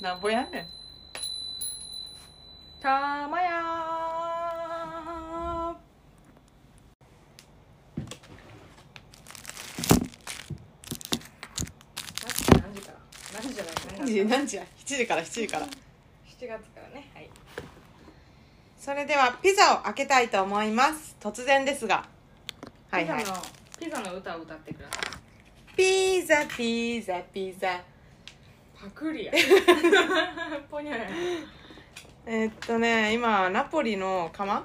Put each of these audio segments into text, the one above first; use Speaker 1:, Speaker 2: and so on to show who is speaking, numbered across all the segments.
Speaker 1: なんぼやんねんたまやー
Speaker 2: 何時から何時じゃない
Speaker 1: 何時何時や7時から7時から
Speaker 2: 7月からねはい
Speaker 1: それではピザを開けたいと思います突然ですがはいはい
Speaker 2: ピザのピザの歌を歌ってください
Speaker 1: ピザピザピザ
Speaker 2: パクリや ポニョや
Speaker 1: えーっとね今ナポリの窯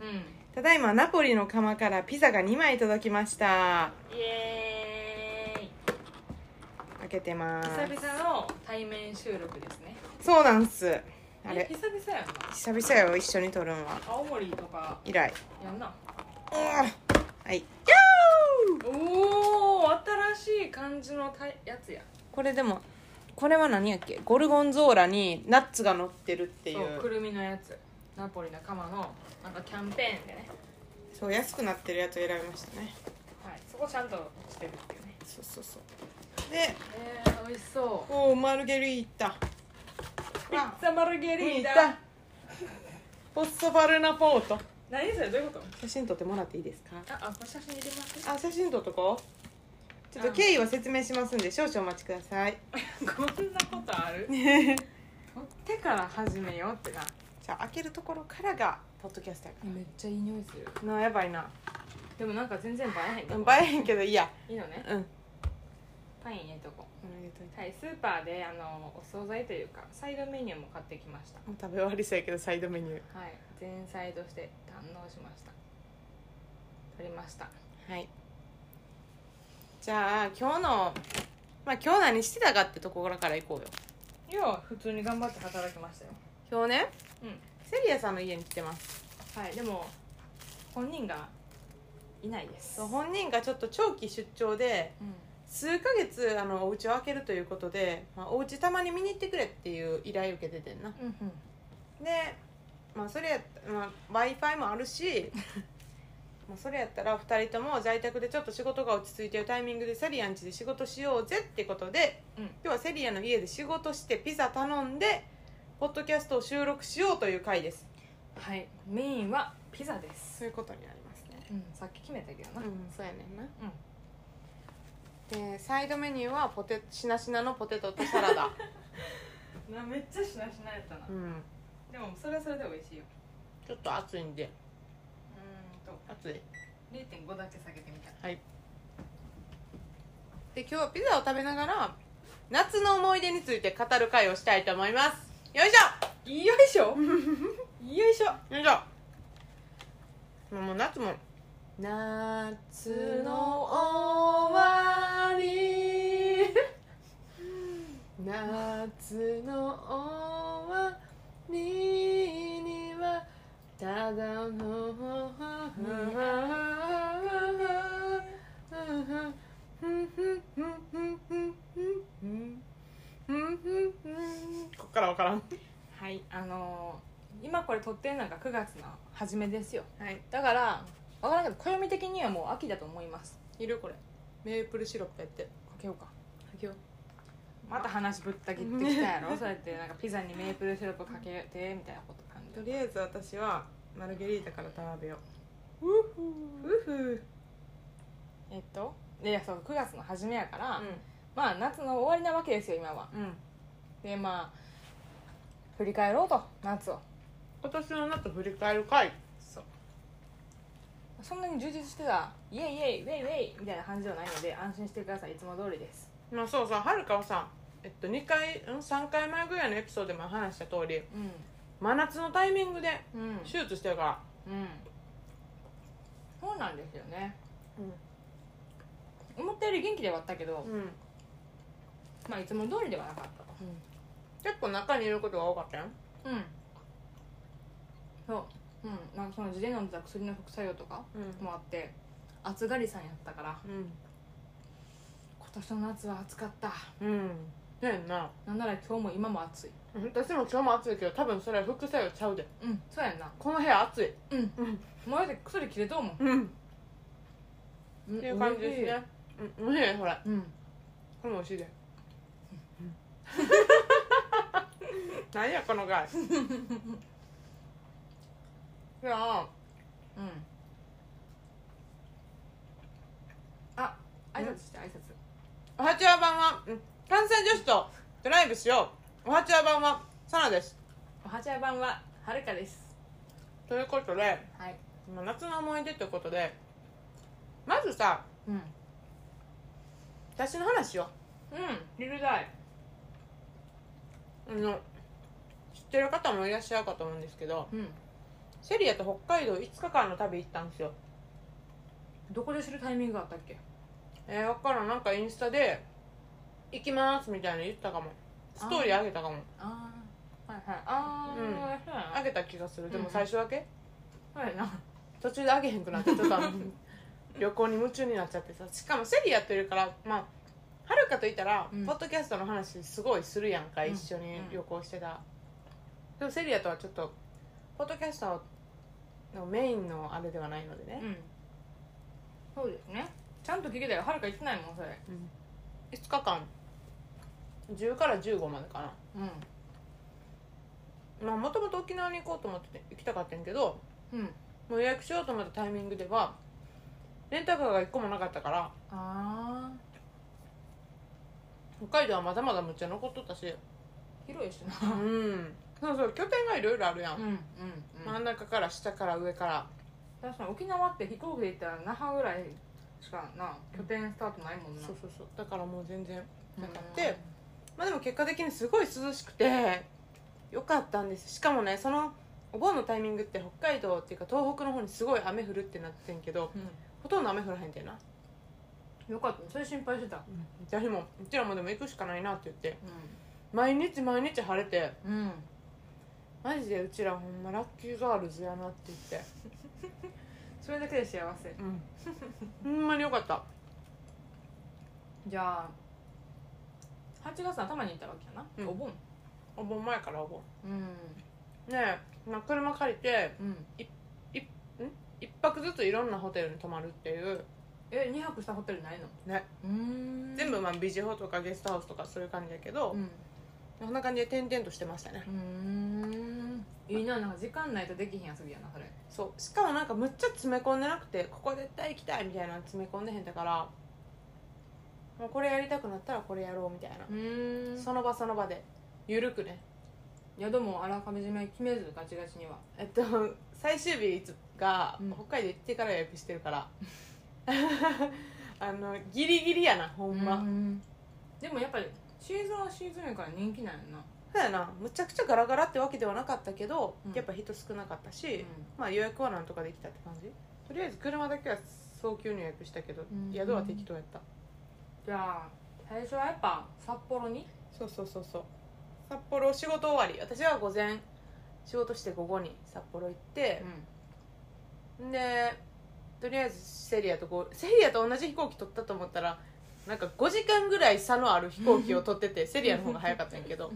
Speaker 2: うん
Speaker 1: ただいまナポリの窯からピザが2枚届きました
Speaker 2: イエーイ
Speaker 1: 開けてます
Speaker 2: 久々の対面収録ですね
Speaker 1: そうなんすあ
Speaker 2: え
Speaker 1: れ
Speaker 2: 久々やんな
Speaker 1: 久々よ一緒に撮るんは
Speaker 2: 青森とか
Speaker 1: 以来
Speaker 2: やんな
Speaker 1: うんはい
Speaker 2: おお新しい感じのたやつや
Speaker 1: これでもこれは何やっけゴルゴンゾーラにナッツが乗ってるっていう
Speaker 2: そうくるみのやつナポリの釜のなんかキャンペーンでね
Speaker 1: そう安くなってるやつを選びましたね
Speaker 2: はいそこちゃんとしてるっていうね
Speaker 1: そうそうそうで
Speaker 2: えー、美味しそう
Speaker 1: おおマルゲリータ
Speaker 2: ピッツァマルゲリータ
Speaker 1: ポッソバルナポート
Speaker 2: 何それどういうこと
Speaker 1: 写真撮ってもらっていいですか
Speaker 2: あ、あ、これ写真入れます
Speaker 1: あ写真撮っとこうちょっと経緯は説明しますんで少々お待ちください
Speaker 2: こんなことある取ってから始めようってな
Speaker 1: じゃあ開けるところからがポッドキャスターやか
Speaker 2: めっちゃいい匂いする
Speaker 1: らなあやばいな
Speaker 2: でもなんか全然映えへん
Speaker 1: う
Speaker 2: ね
Speaker 1: ん映えへんけどいいや
Speaker 2: いいのね
Speaker 1: うんうん
Speaker 2: パイン入れとこう
Speaker 1: あげといて
Speaker 2: はい、スーパーであのお惣菜というかサイドメニューも買ってきました
Speaker 1: もう食べ終わりそうやけどサイドメニュ
Speaker 2: はい、前菜として堪能しました取りました
Speaker 1: ーはいじゃあ今日のまあ今日何してたかってところから行こうよ
Speaker 2: 要は普通に頑張って働きましたよ
Speaker 1: 今日ね
Speaker 2: うん
Speaker 1: セリアさんの家に来てます
Speaker 2: はい、でも本人がいないです
Speaker 1: そう本人がちょっと長期出張で
Speaker 2: うん
Speaker 1: 数ヶ月あのお家を開けるということで、まあ、お家たまに見に行ってくれっていう依頼受けててんな
Speaker 2: うんうん
Speaker 1: で、まあ、それやった、まあ、w i f i もある しまあそれやったら2人とも在宅でちょっと仕事が落ち着いてるタイミングでセリアん家で仕事しようぜってことで、
Speaker 2: うん
Speaker 1: 今日はセリアの家で仕事してピザ頼んでポッドキャストを収録しようという回です
Speaker 2: はい、メインはピザです、
Speaker 1: そういうことになりますね
Speaker 2: うん、さっき決めたけど
Speaker 1: う
Speaker 2: な、
Speaker 1: んそうやねんなでサイドメニューはポテしなしなのポテトとサラ ダ
Speaker 2: なめっちゃしなしなやったな、
Speaker 1: うん
Speaker 2: でもそれはそれで美味しいよ
Speaker 1: ちょっと暑いんで
Speaker 2: うーんと
Speaker 1: 暑い
Speaker 2: 0.5だけ下げてみた
Speaker 1: はいで今日はピザを食べながら夏の思い出について語る会をしたいと思いますよいし
Speaker 2: よいし ょよいし
Speaker 1: ょ
Speaker 2: ょ
Speaker 1: よいしょもう夏も夏の終わり夏の終わりにはただのこっからわからん
Speaker 2: はいあのー今これ撮ってるのが9月の初めですよ
Speaker 1: はい
Speaker 2: だから分からんけど暦的にはもう秋だと思います
Speaker 1: いるこれメープルシロップやって
Speaker 2: かけようか
Speaker 1: あげよう
Speaker 2: また話ぶった切ってきたや ろそうやってなんかピザにメープルシロップかけてみたいなこと感じ
Speaker 1: とりあえず私はマルゲリータから食べよ
Speaker 2: うふ
Speaker 1: ううふう
Speaker 2: えっといやそう9月の初めやから、まあ夏の終わりなわけですよ今は
Speaker 1: うん、うん、
Speaker 2: でまあ振り返ろうと夏を
Speaker 1: 今年の夏振り返る会
Speaker 2: そうそんなに充実してたイエイイエイウェイウェイみたいな感じではないので安心してくださいいつも通りです
Speaker 1: まあそうさはるかはさえっと2回ん3回前ぐらいのエピソードでも話した通り
Speaker 2: う
Speaker 1: 真夏のタイミングで
Speaker 2: んうんうん
Speaker 1: 手術してるから
Speaker 2: そうなんですよね
Speaker 1: う
Speaker 2: 思ったより元気ではあったけど、
Speaker 1: ん、うん、
Speaker 2: まあいつも通りではなかったと
Speaker 1: 結構中にいることが多かったよ
Speaker 2: うんそううんなんかその事前に飲んでた薬の副作用とか
Speaker 1: うん
Speaker 2: もあって暑がりさんやったから
Speaker 1: うん
Speaker 2: 今年の夏は暑かった
Speaker 1: うんねえな
Speaker 2: なんなら今日も今も暑い
Speaker 1: 私も今日も暑いけど多分それは副作用ちゃうで
Speaker 2: うんそうやんな
Speaker 1: この部屋暑い
Speaker 2: うん
Speaker 1: うん
Speaker 2: もうだって薬切れとうもん
Speaker 1: うん
Speaker 2: うん
Speaker 1: っていう感じですねうん美味しいほら
Speaker 2: うん
Speaker 1: これも美味しいで何やこの回じゃあ
Speaker 2: うんあ挨拶して挨拶
Speaker 1: おはちわ版はうん関西女子とドライブしようおはちわ版はサナです
Speaker 2: おはちゃ版ははるかです
Speaker 1: ということで
Speaker 2: はい
Speaker 1: まあ夏の思い出ということでまずさ
Speaker 2: うんうん
Speaker 1: 私の話よ
Speaker 2: リルダイ
Speaker 1: あの知ってる方もいらっしゃるかと思うんですけど
Speaker 2: うん
Speaker 1: セリアと北海道5日間の旅行ったんですよ
Speaker 2: どこで知るタイミングがあったっけ
Speaker 1: えー、分からんなんかインスタで「行きます」みたいなの言ったかもストーリーあげたかも
Speaker 2: ああはいはいあ
Speaker 1: うんあ
Speaker 2: あ
Speaker 1: げた気がするで
Speaker 2: う
Speaker 1: も
Speaker 2: ん
Speaker 1: 最初だけ、
Speaker 2: うんはいな
Speaker 1: 途中であげへんくなってちょっ とあの旅行に夢中になっちゃってさしかもセリやってるからまあはるかといったら、
Speaker 2: うん
Speaker 1: ポッドキャストの話すごいするやんか
Speaker 2: うん
Speaker 1: 一緒に旅行してた、でもセリアとはちょっとポッドキャストのメインのあれではないのでね
Speaker 2: う、んそうですねちゃんと聞けたよはるか言ってないもんそれ
Speaker 1: うん5日間10から15までかな
Speaker 2: う
Speaker 1: まあもともと沖縄に行こうと思ってて行きたかったんやけど
Speaker 2: んうん
Speaker 1: もう予約しようと思ったタイミングではレンタカーが1個もなかったから
Speaker 2: ああ
Speaker 1: 北海道はまだまだむっちゃ残っとったし
Speaker 2: 広いしな
Speaker 1: うんそうそう拠点がいろいろあるやん、
Speaker 2: うんうんうん
Speaker 1: 真ん中から下から上から
Speaker 2: 確かに沖縄って飛行機で行ったら那覇ぐらいしかな拠点スタートないもんな
Speaker 1: そうそうそうだからもう全然なかっ
Speaker 2: う
Speaker 1: てまあでも結果的にすごい涼しくてよかったんですしかもねそのお盆のタイミングって北海道っていうか東北の方にすごい雨降るってなってんけど
Speaker 2: ん
Speaker 1: ほとんど雨降らへんてんな
Speaker 2: よかったそれ心配してた
Speaker 1: 私もうちらもでも行くしかないなって言って
Speaker 2: う
Speaker 1: 毎日毎日晴れて
Speaker 2: んうん
Speaker 1: マジでうちらほんまラッキーガールズやなって言って
Speaker 2: それだけで幸せ
Speaker 1: うんほんまによかった
Speaker 2: じゃあ8月頭に行ったわけや
Speaker 1: うん
Speaker 2: なお盆
Speaker 1: お盆前からお盆
Speaker 2: うん
Speaker 1: ねえ、まあ、車借りて
Speaker 2: うん
Speaker 1: 一泊ずついろんなホテルに泊まるっていう
Speaker 2: え2泊したホテルないの
Speaker 1: ね
Speaker 2: うーん
Speaker 1: 全部まあビジホとかゲストハウスとかそういう感じだけど、
Speaker 2: うん
Speaker 1: そんな感じで転々としてましたね
Speaker 2: うーんいいななんか時間ないとできひん遊びやなそれ
Speaker 1: そうしかもなんかむっちゃ詰め込んでなくてここ絶対行きたいみたいなの詰め込んでへんだからもうこれやりたくなったらこれやろうみたいな、
Speaker 2: うん
Speaker 1: その場その場でゆるくね
Speaker 2: 宿もあらかじめ決めずガチガチには
Speaker 1: えっと最終日いつが、
Speaker 2: うん
Speaker 1: 北海道行ってから予約してるから あのギリギリやなほんま、
Speaker 2: うんでもやっぱりシーズンはシーズンやから人気なんやな
Speaker 1: そうやなむちゃくちゃガラガラってわけではなかったけど、
Speaker 2: うん
Speaker 1: やっぱ人少なかったし、
Speaker 2: う
Speaker 1: まあ予約はなんとかできたって感じとりあえず車だけは早急に予約したけど、
Speaker 2: うん
Speaker 1: 宿は適当やった
Speaker 2: んじゃあ最初はやっぱ札幌に
Speaker 1: そうそうそうそう札幌仕事終わり私は午前仕事して午後に札幌行って、んでとりあえずセリアとこうセリアと同じ飛行機取ったと思ったらなんか5時間ぐらい差のある飛行機を取って てセリアの方が早かったんやけど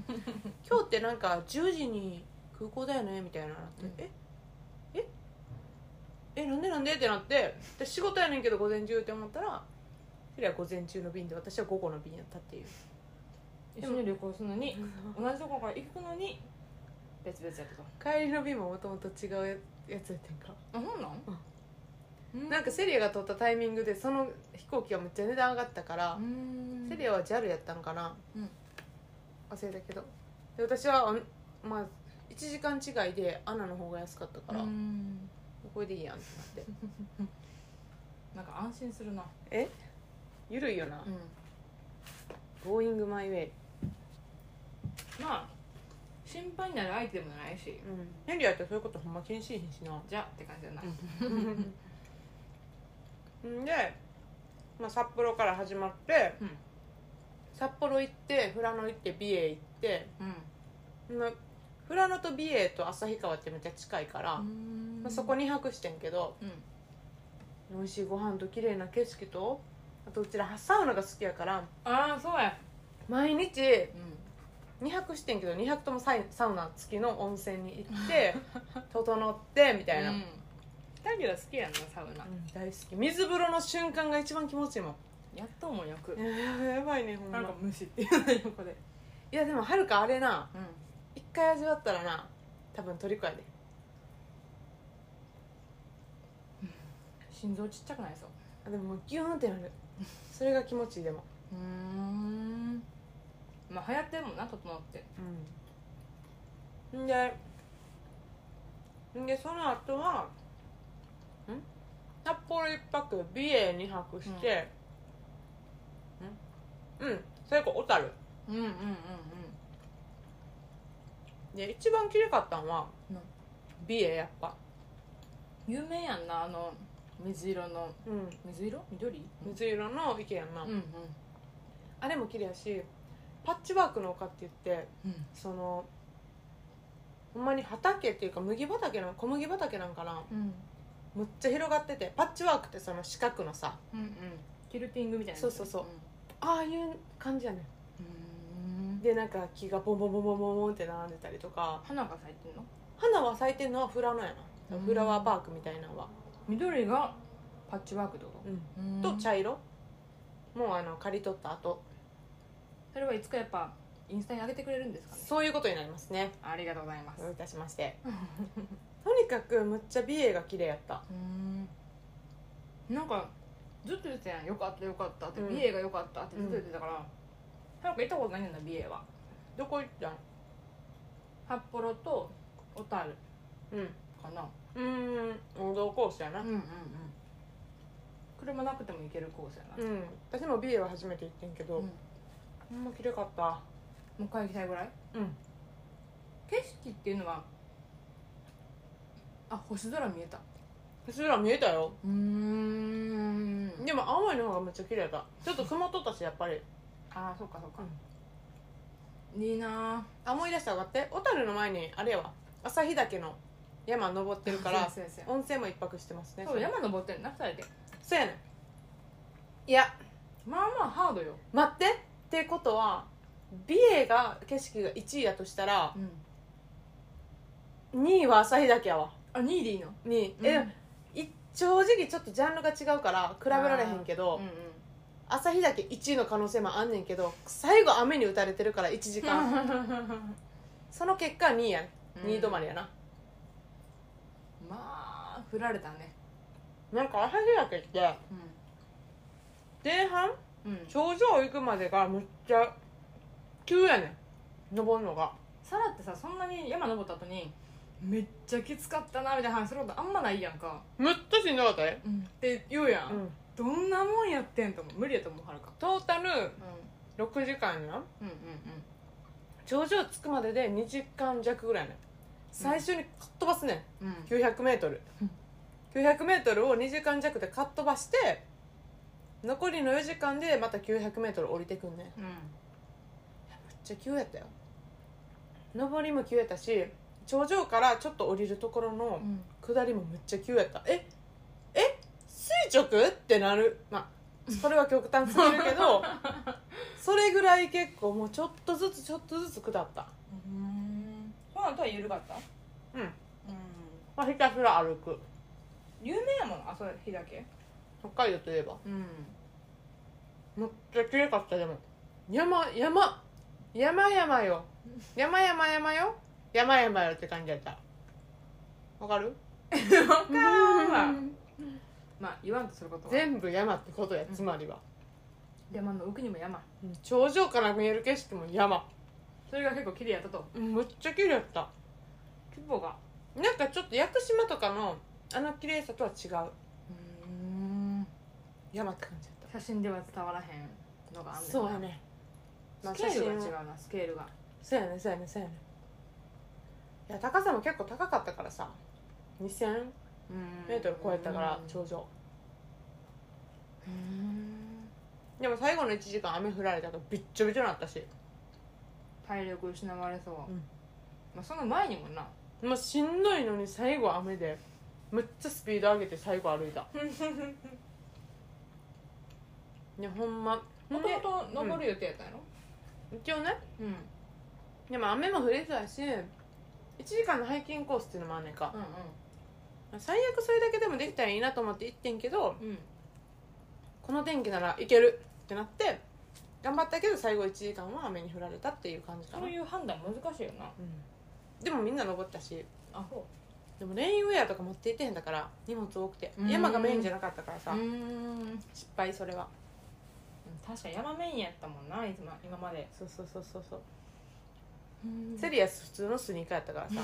Speaker 1: 今日ってなんか10時に空港だよねみたいなのあって、
Speaker 2: うん
Speaker 1: えええなんでなんでってなってで仕事やねんけど午前中って思ったらセリアは午前中の便で私は午後の便やったっていう
Speaker 2: 一緒に旅行するのに同じとこから行くのに別々やったと
Speaker 1: 帰りの便ももともと違うやつやってんか
Speaker 2: あそうなんうん
Speaker 1: なんかセリアが取ったタイミングでその飛行機がめっちゃ値段上がったから、
Speaker 2: うん
Speaker 1: セリアは JAL やったんかな、
Speaker 2: うん
Speaker 1: 忘れたけどで私はあんまあ1時間違いでアナの方が安かったから、
Speaker 2: うん
Speaker 1: これでいいやんってなって
Speaker 2: なんか安心するな
Speaker 1: ゆるいよな
Speaker 2: うん
Speaker 1: 「ボーイングマイウェイ」
Speaker 2: まあ心配になる相手でもないし
Speaker 1: うんヘンリーやったらそういうことほんま気にしいひんし な
Speaker 2: じゃあって感じだな
Speaker 1: うんで、まあ、札幌から始まって、
Speaker 2: うん
Speaker 1: 札幌行って富良野行って美瑛行って
Speaker 2: うん
Speaker 1: まあ富良野と美瑛と旭川ってめっちゃ近いから、
Speaker 2: うん
Speaker 1: まあ、そこ2泊してんけど
Speaker 2: うん
Speaker 1: 美味しいご飯と綺麗な景色とあとうちらサウナが好きやから
Speaker 2: ああそうや
Speaker 1: 毎日
Speaker 2: う
Speaker 1: 2泊してんけど2泊ともサイサウナ付きの温泉に行って 整ってみたいな、
Speaker 2: うん二人は好きやんなサウナ
Speaker 1: うん大好き水風呂の瞬間が一番気持ちいいもん
Speaker 2: やっともよく
Speaker 1: いややばいねほんま
Speaker 2: なんか無視っていうの横で
Speaker 1: いやでもはるかあれな
Speaker 2: う
Speaker 1: 一回味わったらな多分トリコやで
Speaker 2: 心臓ちっちゃくないですよ
Speaker 1: あでももうギューンってな るそれが気持ちいいでも
Speaker 2: うーんまあ流行ってるもんな整って
Speaker 1: うんんでんでその後はん札幌一泊美瑛二泊して、うん、うん、それか小樽
Speaker 2: うんうんうんうん
Speaker 1: で一番きれかったんは
Speaker 2: な
Speaker 1: 美瑛やっぱ
Speaker 2: 有名やんなあの水色の
Speaker 1: うん
Speaker 2: 水色緑
Speaker 1: 水色の池やんな、
Speaker 2: うんうん
Speaker 1: あれも綺麗やしパッチワークの丘って言って
Speaker 2: うん
Speaker 1: そのほんまに畑っていうか麦畑の小麦畑なんかな
Speaker 2: うん
Speaker 1: むっちゃ広がっててパッチワークってその四角のさ
Speaker 2: うんうんキルティングみたいな
Speaker 1: そうそうそうああいう感じやね
Speaker 2: うんうん
Speaker 1: んでなんか木がボンボンボンボンボンボンって並んでたりとか
Speaker 2: 花が咲いてんの
Speaker 1: 花は咲いてんのはフラノやな、
Speaker 2: うん
Speaker 1: フラワーパークみたいなのは、
Speaker 2: 緑がパッチワークってこと
Speaker 1: うん
Speaker 2: うん
Speaker 1: と茶色もうあの刈り取った後
Speaker 2: それはいつかやっぱインスタに上げてくれるんですかね
Speaker 1: そういうことになりますね
Speaker 2: ありがとうございます
Speaker 1: どういたしま してとにかくむっちゃ美瑛が綺麗やった
Speaker 2: うんなんかずっと言ってたやんよかったよかったって
Speaker 1: うん
Speaker 2: 美瑛がよかったってずっと言ってたからなんか行ったことないんだ美瑛は
Speaker 1: どこ行ったん
Speaker 2: 札幌と小樽
Speaker 1: うん
Speaker 2: かな
Speaker 1: うーん王道コースやな
Speaker 2: うんうんうん車なくても行けるコースやな
Speaker 1: うん私も美瑛は初めて行ってんけど、
Speaker 2: うん
Speaker 1: ほんま綺麗かった
Speaker 2: もう一回行きたいぐらい
Speaker 1: うん
Speaker 2: 景色っていうのはあ星空見えた
Speaker 1: 星空見えたよ
Speaker 2: うん
Speaker 1: でも青森の方がめっちゃ綺麗だちょっと曇っとったしやっぱり
Speaker 2: ああそっかそっか、いいな
Speaker 1: あ思い出した上がって小樽の前にあれやわ朝日岳の山登ってる
Speaker 2: ー
Speaker 1: から
Speaker 2: そうやそうや
Speaker 1: 温泉も一泊してますね
Speaker 2: そう山登ってるな2人で
Speaker 1: そうやねんいや
Speaker 2: まあまあハードよ
Speaker 1: 待ってってことは美瑛が景色が1位やとしたら
Speaker 2: うん
Speaker 1: 2位は朝日岳やわ
Speaker 2: あ2位でいいの
Speaker 1: 2位、えい正直ちょっとジャンルが違うから比べられへんけど、
Speaker 2: うんうん
Speaker 1: 朝日岳1位の可能性もあんねんけど最後雨に打たれてるから1時間その結果2位やね
Speaker 2: うん
Speaker 1: 2位止まりやな、
Speaker 2: まあ振られたね
Speaker 1: なんか朝日岳って前半
Speaker 2: うん、うん、
Speaker 1: 頂上行くまでがむっちゃ急やねん登るのが
Speaker 2: サラってさそんなに山登った後にめっちゃきつかったなみたいな話することあんまないやんか、
Speaker 1: むっちゃしんどかったね
Speaker 2: って言うやん、
Speaker 1: うん
Speaker 2: どんなもんやってんと思う無理やと思うはるか
Speaker 1: トータル
Speaker 2: う
Speaker 1: 6時間やん
Speaker 2: んうんうん
Speaker 1: 頂上着くまでで2時間弱ぐらいやねん最初にかっ飛ばすねん
Speaker 2: うんうん
Speaker 1: 900m900m
Speaker 2: うん
Speaker 1: を2時間弱でかっ飛ばして残りの4時間でまた 900m 降りてくんねんめっちゃ急やったよ上りも急やったし頂上からちょっと降りるところの
Speaker 2: うん
Speaker 1: 下りもめっちゃ急やったええ垂直ってなるまあそれは極端すぎるけ どそれぐらい結構もうちょっとずつちょっとずつ下った
Speaker 2: うんその後は緩かったうん
Speaker 1: うん、まあ、ひたすら歩く
Speaker 2: 有名やもんあそう日だけ
Speaker 1: 北海道といえば
Speaker 2: うん
Speaker 1: めっちゃ綺麗かったでも山山山山よ山山山よ山山よって感じやったわかる
Speaker 2: わから
Speaker 1: う
Speaker 2: んわ
Speaker 1: ん
Speaker 2: まあ言わんとすることは
Speaker 1: 全部山ってことやつまりは、
Speaker 2: 山の奥にも山
Speaker 1: うん頂上から見える景色も山、
Speaker 2: それが結構綺麗やったと
Speaker 1: うんむっちゃ綺麗やった
Speaker 2: 規模が
Speaker 1: なんかちょっと屋久島とかのあの綺麗さとは違う
Speaker 2: うん
Speaker 1: 山って感じやっ
Speaker 2: 写真では伝わらへんのがあ
Speaker 1: た
Speaker 2: ん
Speaker 1: そうや
Speaker 2: ね
Speaker 1: ね、まあ、
Speaker 2: んなスケールが違
Speaker 1: 写真は
Speaker 2: うなスケールが
Speaker 1: そうやねそうやねそうやねいや高さも結構高かったからさ2000メートル超えたから頂上
Speaker 2: うん
Speaker 1: でも最後の1時間雨降られたとびっちょびちょになったし
Speaker 2: 体力失われそう、
Speaker 1: うん
Speaker 2: まあ、その前にもな
Speaker 1: もうしんどいのに最後雨でむっちゃスピード上げて最後歩いたいやほんま
Speaker 2: もともと登
Speaker 1: 登
Speaker 2: る予定やったんやろ
Speaker 1: 一応ね
Speaker 2: うん、うん
Speaker 1: でも雨も降りてたし1時間のハイキングコースっていうのもあんねんか
Speaker 2: うん
Speaker 1: 最悪それだけでもできたらいいなと思って行ってんけど
Speaker 2: うん
Speaker 1: この天気ならいけるってなって頑張ったけど最後1時間は雨に降られたっていう感じか
Speaker 2: そ
Speaker 1: な
Speaker 2: ういう判断難しいよな
Speaker 1: うんでもみんな登ったし
Speaker 2: あほ
Speaker 1: でもレインウェアとか持っていってへんだから荷物多くて
Speaker 2: うん
Speaker 1: 山がメインじゃなかったから
Speaker 2: う
Speaker 1: さ
Speaker 2: ん
Speaker 1: 失敗それは
Speaker 2: 確か山メインやったもんないつも今まで
Speaker 1: そうそうそうそうそうセ
Speaker 2: セリ
Speaker 1: リアス普通のスニーカーやった からさ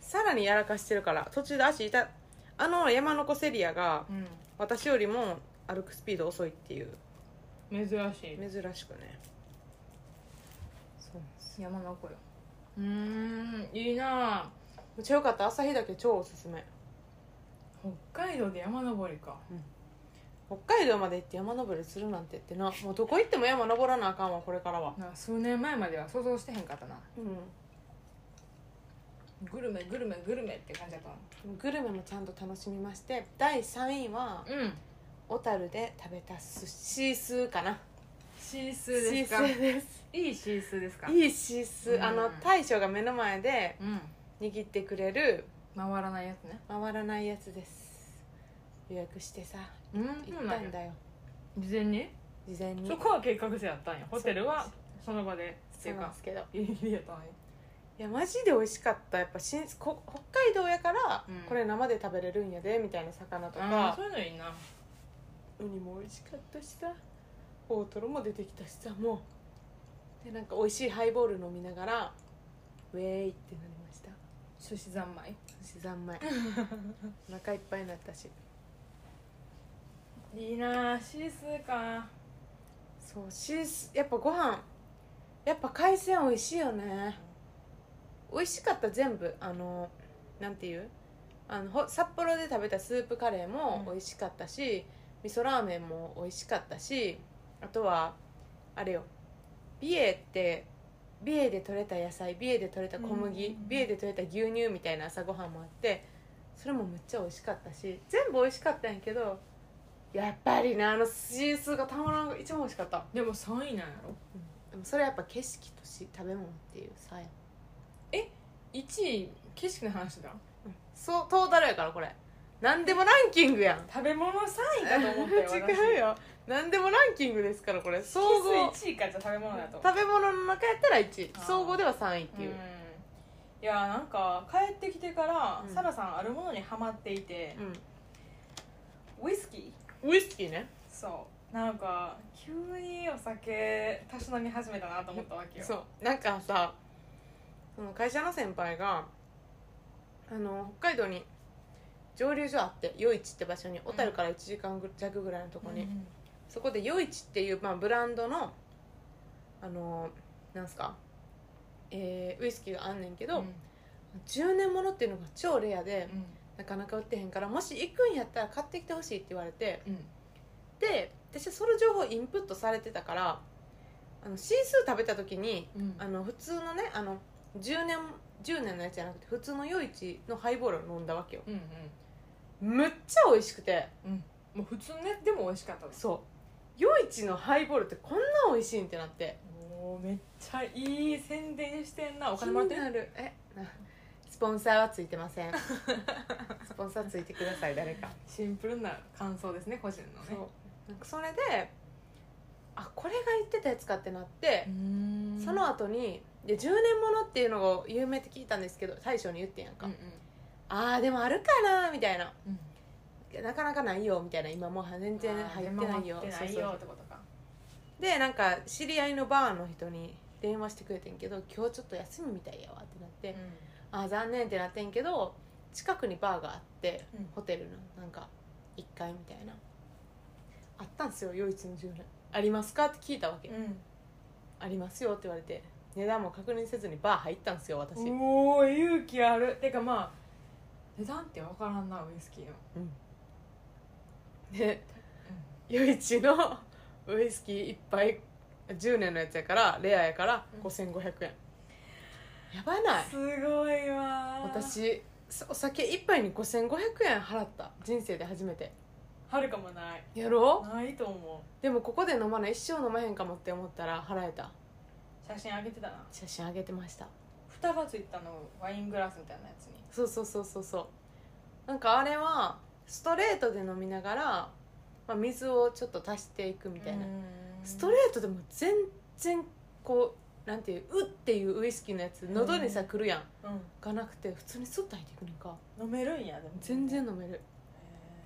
Speaker 1: さらにやらかしてるから途中で足痛いあの山の子セリアが
Speaker 2: う
Speaker 1: 私よりも歩くスピード遅いっていうん
Speaker 2: 珍し
Speaker 1: 珍しくねそうなんですよ
Speaker 2: い山の子ようんいいなあ
Speaker 1: めっちゃよかった朝日岳超おすすめ
Speaker 2: 北海道で山登りか
Speaker 1: 北海道まで行って山登りするなんてってなもうどこ行っても山登らなあかんわこれからは
Speaker 2: なんか数年前までは想像してへんかったな
Speaker 1: うん
Speaker 2: グルメグルメグルメって感じだった
Speaker 1: グルメもちゃんと楽しみまして第3位は
Speaker 2: のうん
Speaker 1: 小樽で食べた寿司スーかな
Speaker 2: シースーですか
Speaker 1: シースーです
Speaker 2: いいシースーですか
Speaker 1: いいシースー、
Speaker 2: うん
Speaker 1: あの大将が目の前で
Speaker 2: うん
Speaker 1: 握ってくれる
Speaker 2: 回らないやつね
Speaker 1: 回らないやつです予約してさ
Speaker 2: うん
Speaker 1: 行ったんだよ
Speaker 2: 事前に
Speaker 1: 事前に
Speaker 2: そこは計画性あったんやホテルはその場でって
Speaker 1: そ
Speaker 2: いうう
Speaker 1: なん
Speaker 2: か
Speaker 1: ですけど
Speaker 2: いいやったんや
Speaker 1: いやマジで美味しかったやっぱしんこ北海道やから、
Speaker 2: うん
Speaker 1: これ生で食べれるんやでみたいな魚と
Speaker 2: あー
Speaker 1: か
Speaker 2: そういうのいいな
Speaker 1: ウニも美味しかったしさ大トロも出てきたしさもうでなんか美味しいハイボール飲みながらウェーイってなりました
Speaker 2: 寿司三昧
Speaker 1: 寿司三 昧お腹いっぱいになったし
Speaker 2: いいなあシースーか
Speaker 1: そうシースやっぱご飯やっぱ海鮮美味しいよね美味しかった全部あのなんていうあのほ札幌で食べたスープカレーも
Speaker 2: うん
Speaker 1: 美味しかったし、味噌ラーメンも美味しかったしあとはあれよ美瑛って美瑛で採れた野菜美瑛で採れた小麦、
Speaker 2: うん
Speaker 1: 美瑛で採れた牛乳みたいな朝ごはんもあってそれもめっちゃ美味しかったし全部美味しかったんやけどやっぱりなあのシースーがたまらん一番美味しかった、
Speaker 2: でも3位なんやろ
Speaker 1: でもそれはやっぱ景色とし食べ物っていうさや
Speaker 2: 1位景色の話だ
Speaker 1: そうトータルやからこれ何でもランキングやん
Speaker 2: 食べ物3位かと思ったよ
Speaker 1: 違うよ何でもランキングですからこれ総
Speaker 2: 総合
Speaker 1: 合
Speaker 2: 1位かじゃあ食べ物だと
Speaker 1: 食べ物の中やったら1位
Speaker 2: あー
Speaker 1: 総合では3位っていう、
Speaker 2: いやなんか帰ってきてから、
Speaker 1: うん
Speaker 2: サラさんあるものにハマっていて、ウイスキー
Speaker 1: うんウイスキーね
Speaker 2: そうなんか急にお酒たしなみ始めたなと思ったわけよ
Speaker 1: そうなんかさその会社の先輩があの北海道に蒸留所あって余市って場所に小樽から1時間ぐ弱ぐらいのとこに、
Speaker 2: うん
Speaker 1: そこで余市っていう、まあ、ブランドのあのなんすか、えーウイスキーがあんねんけど、
Speaker 2: うん
Speaker 1: 10年ものっていうのが超レアで、
Speaker 2: うん
Speaker 1: なかなか売ってへんからもし行くんやったら買ってきてほしいって言われて
Speaker 2: うん
Speaker 1: で私はその情報インプットされてたからあのシースー食べた時に
Speaker 2: うん
Speaker 1: あの普通のねあの10年10年のやつじゃなくて普通の夜市のハイボールを飲んだわけよ
Speaker 2: うんうん
Speaker 1: むっちゃ美味しくて
Speaker 2: もう普通ねでも美味しかったです
Speaker 1: そう夜市のハイボールってこんな美味しいんってなって
Speaker 2: もうめっちゃいい宣伝してんなお
Speaker 1: お
Speaker 2: 金もらってる
Speaker 1: なるえなスポンサーはついてま せんスポンサーついてください誰か
Speaker 2: シンプルな感想ですね個人のね
Speaker 1: そうなんかそれであこれが言ってたやつかってなって
Speaker 2: う、ん
Speaker 1: その後にで10年ものっていうのが有名って聞いたんですけど大将に言ってんやんか、
Speaker 2: うん
Speaker 1: ああでもあるかなみたいな
Speaker 2: うん
Speaker 1: なかなかないよみたいな今もう全然入ってないよ
Speaker 2: 入ってない
Speaker 1: そうそう
Speaker 2: よ
Speaker 1: そう
Speaker 2: ってことか
Speaker 1: でなんか知り合いのバーの人に電話してくれてんけど今日ちょっと休みみたいやわってなって、あー残念ってなってんけど近くにバーがあって、
Speaker 2: うん
Speaker 1: ホテルのなんか1階みたいなあったんすよ夜市の10年ありますかって聞いたわけ、ありますよって言われて値段も確認せずにバー入ったんすよ私、
Speaker 2: うん、おお勇気あるてかまあ値段って分からんなウイスキーの、
Speaker 1: で夜市の ウイスキー1杯10年のやつやからレアやから
Speaker 2: うん
Speaker 1: 5500円、やばない
Speaker 2: すごいわー
Speaker 1: 私お酒1杯に5500円払った人生で初めて
Speaker 2: はるかもない
Speaker 1: やろう
Speaker 2: ないと思う
Speaker 1: でもここで飲まない一生飲まへんかもって思ったら払えた
Speaker 2: 写真あげてたな
Speaker 1: 写真あげてました
Speaker 2: 蓋がついたのワイングラスみたいなやつに
Speaker 1: そうそうそうそうそうなんかあれはストレートで飲みながら、まあ、水をちょっと足していくみたいなストレートでも全然こうなんていううっていうウイスキーのやつ喉にさ
Speaker 2: うん
Speaker 1: くるやん
Speaker 2: う
Speaker 1: がなくて普通にスッと入っていくねんか
Speaker 2: ん飲めるんやでも
Speaker 1: 全然飲める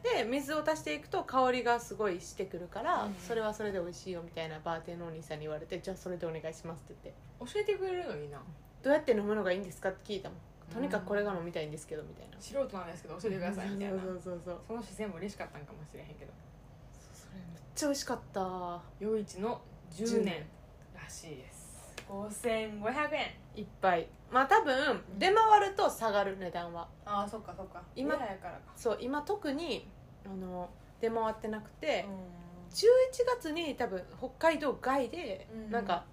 Speaker 1: で水を足していくと香りがすごいしてくるから、
Speaker 2: うん
Speaker 1: それはそれで美味しいよみたいなバーテンのお兄さんに言われてじゃあそれでお願いしますって言って
Speaker 2: 教えてくれるのいいな
Speaker 1: どうやって飲むのがいいんですかって聞いたもんとにかくこれが飲みたいんですけどみたいな
Speaker 2: 素人なんですけど教えてくださいみたいな
Speaker 1: そうそうそうそう
Speaker 2: その視線も嬉しかったんかもしれへんけど
Speaker 1: それめっちゃ美味しかった
Speaker 2: 余市の
Speaker 1: 10
Speaker 2: 10年らしいです5500円
Speaker 1: いっぱいまあ多分出回ると下がる値段は
Speaker 2: ああそっかそっか
Speaker 1: 今
Speaker 2: やからか
Speaker 1: そう今特にあの出回ってなくて、11月に多分北海道外で
Speaker 2: うん
Speaker 1: なんか、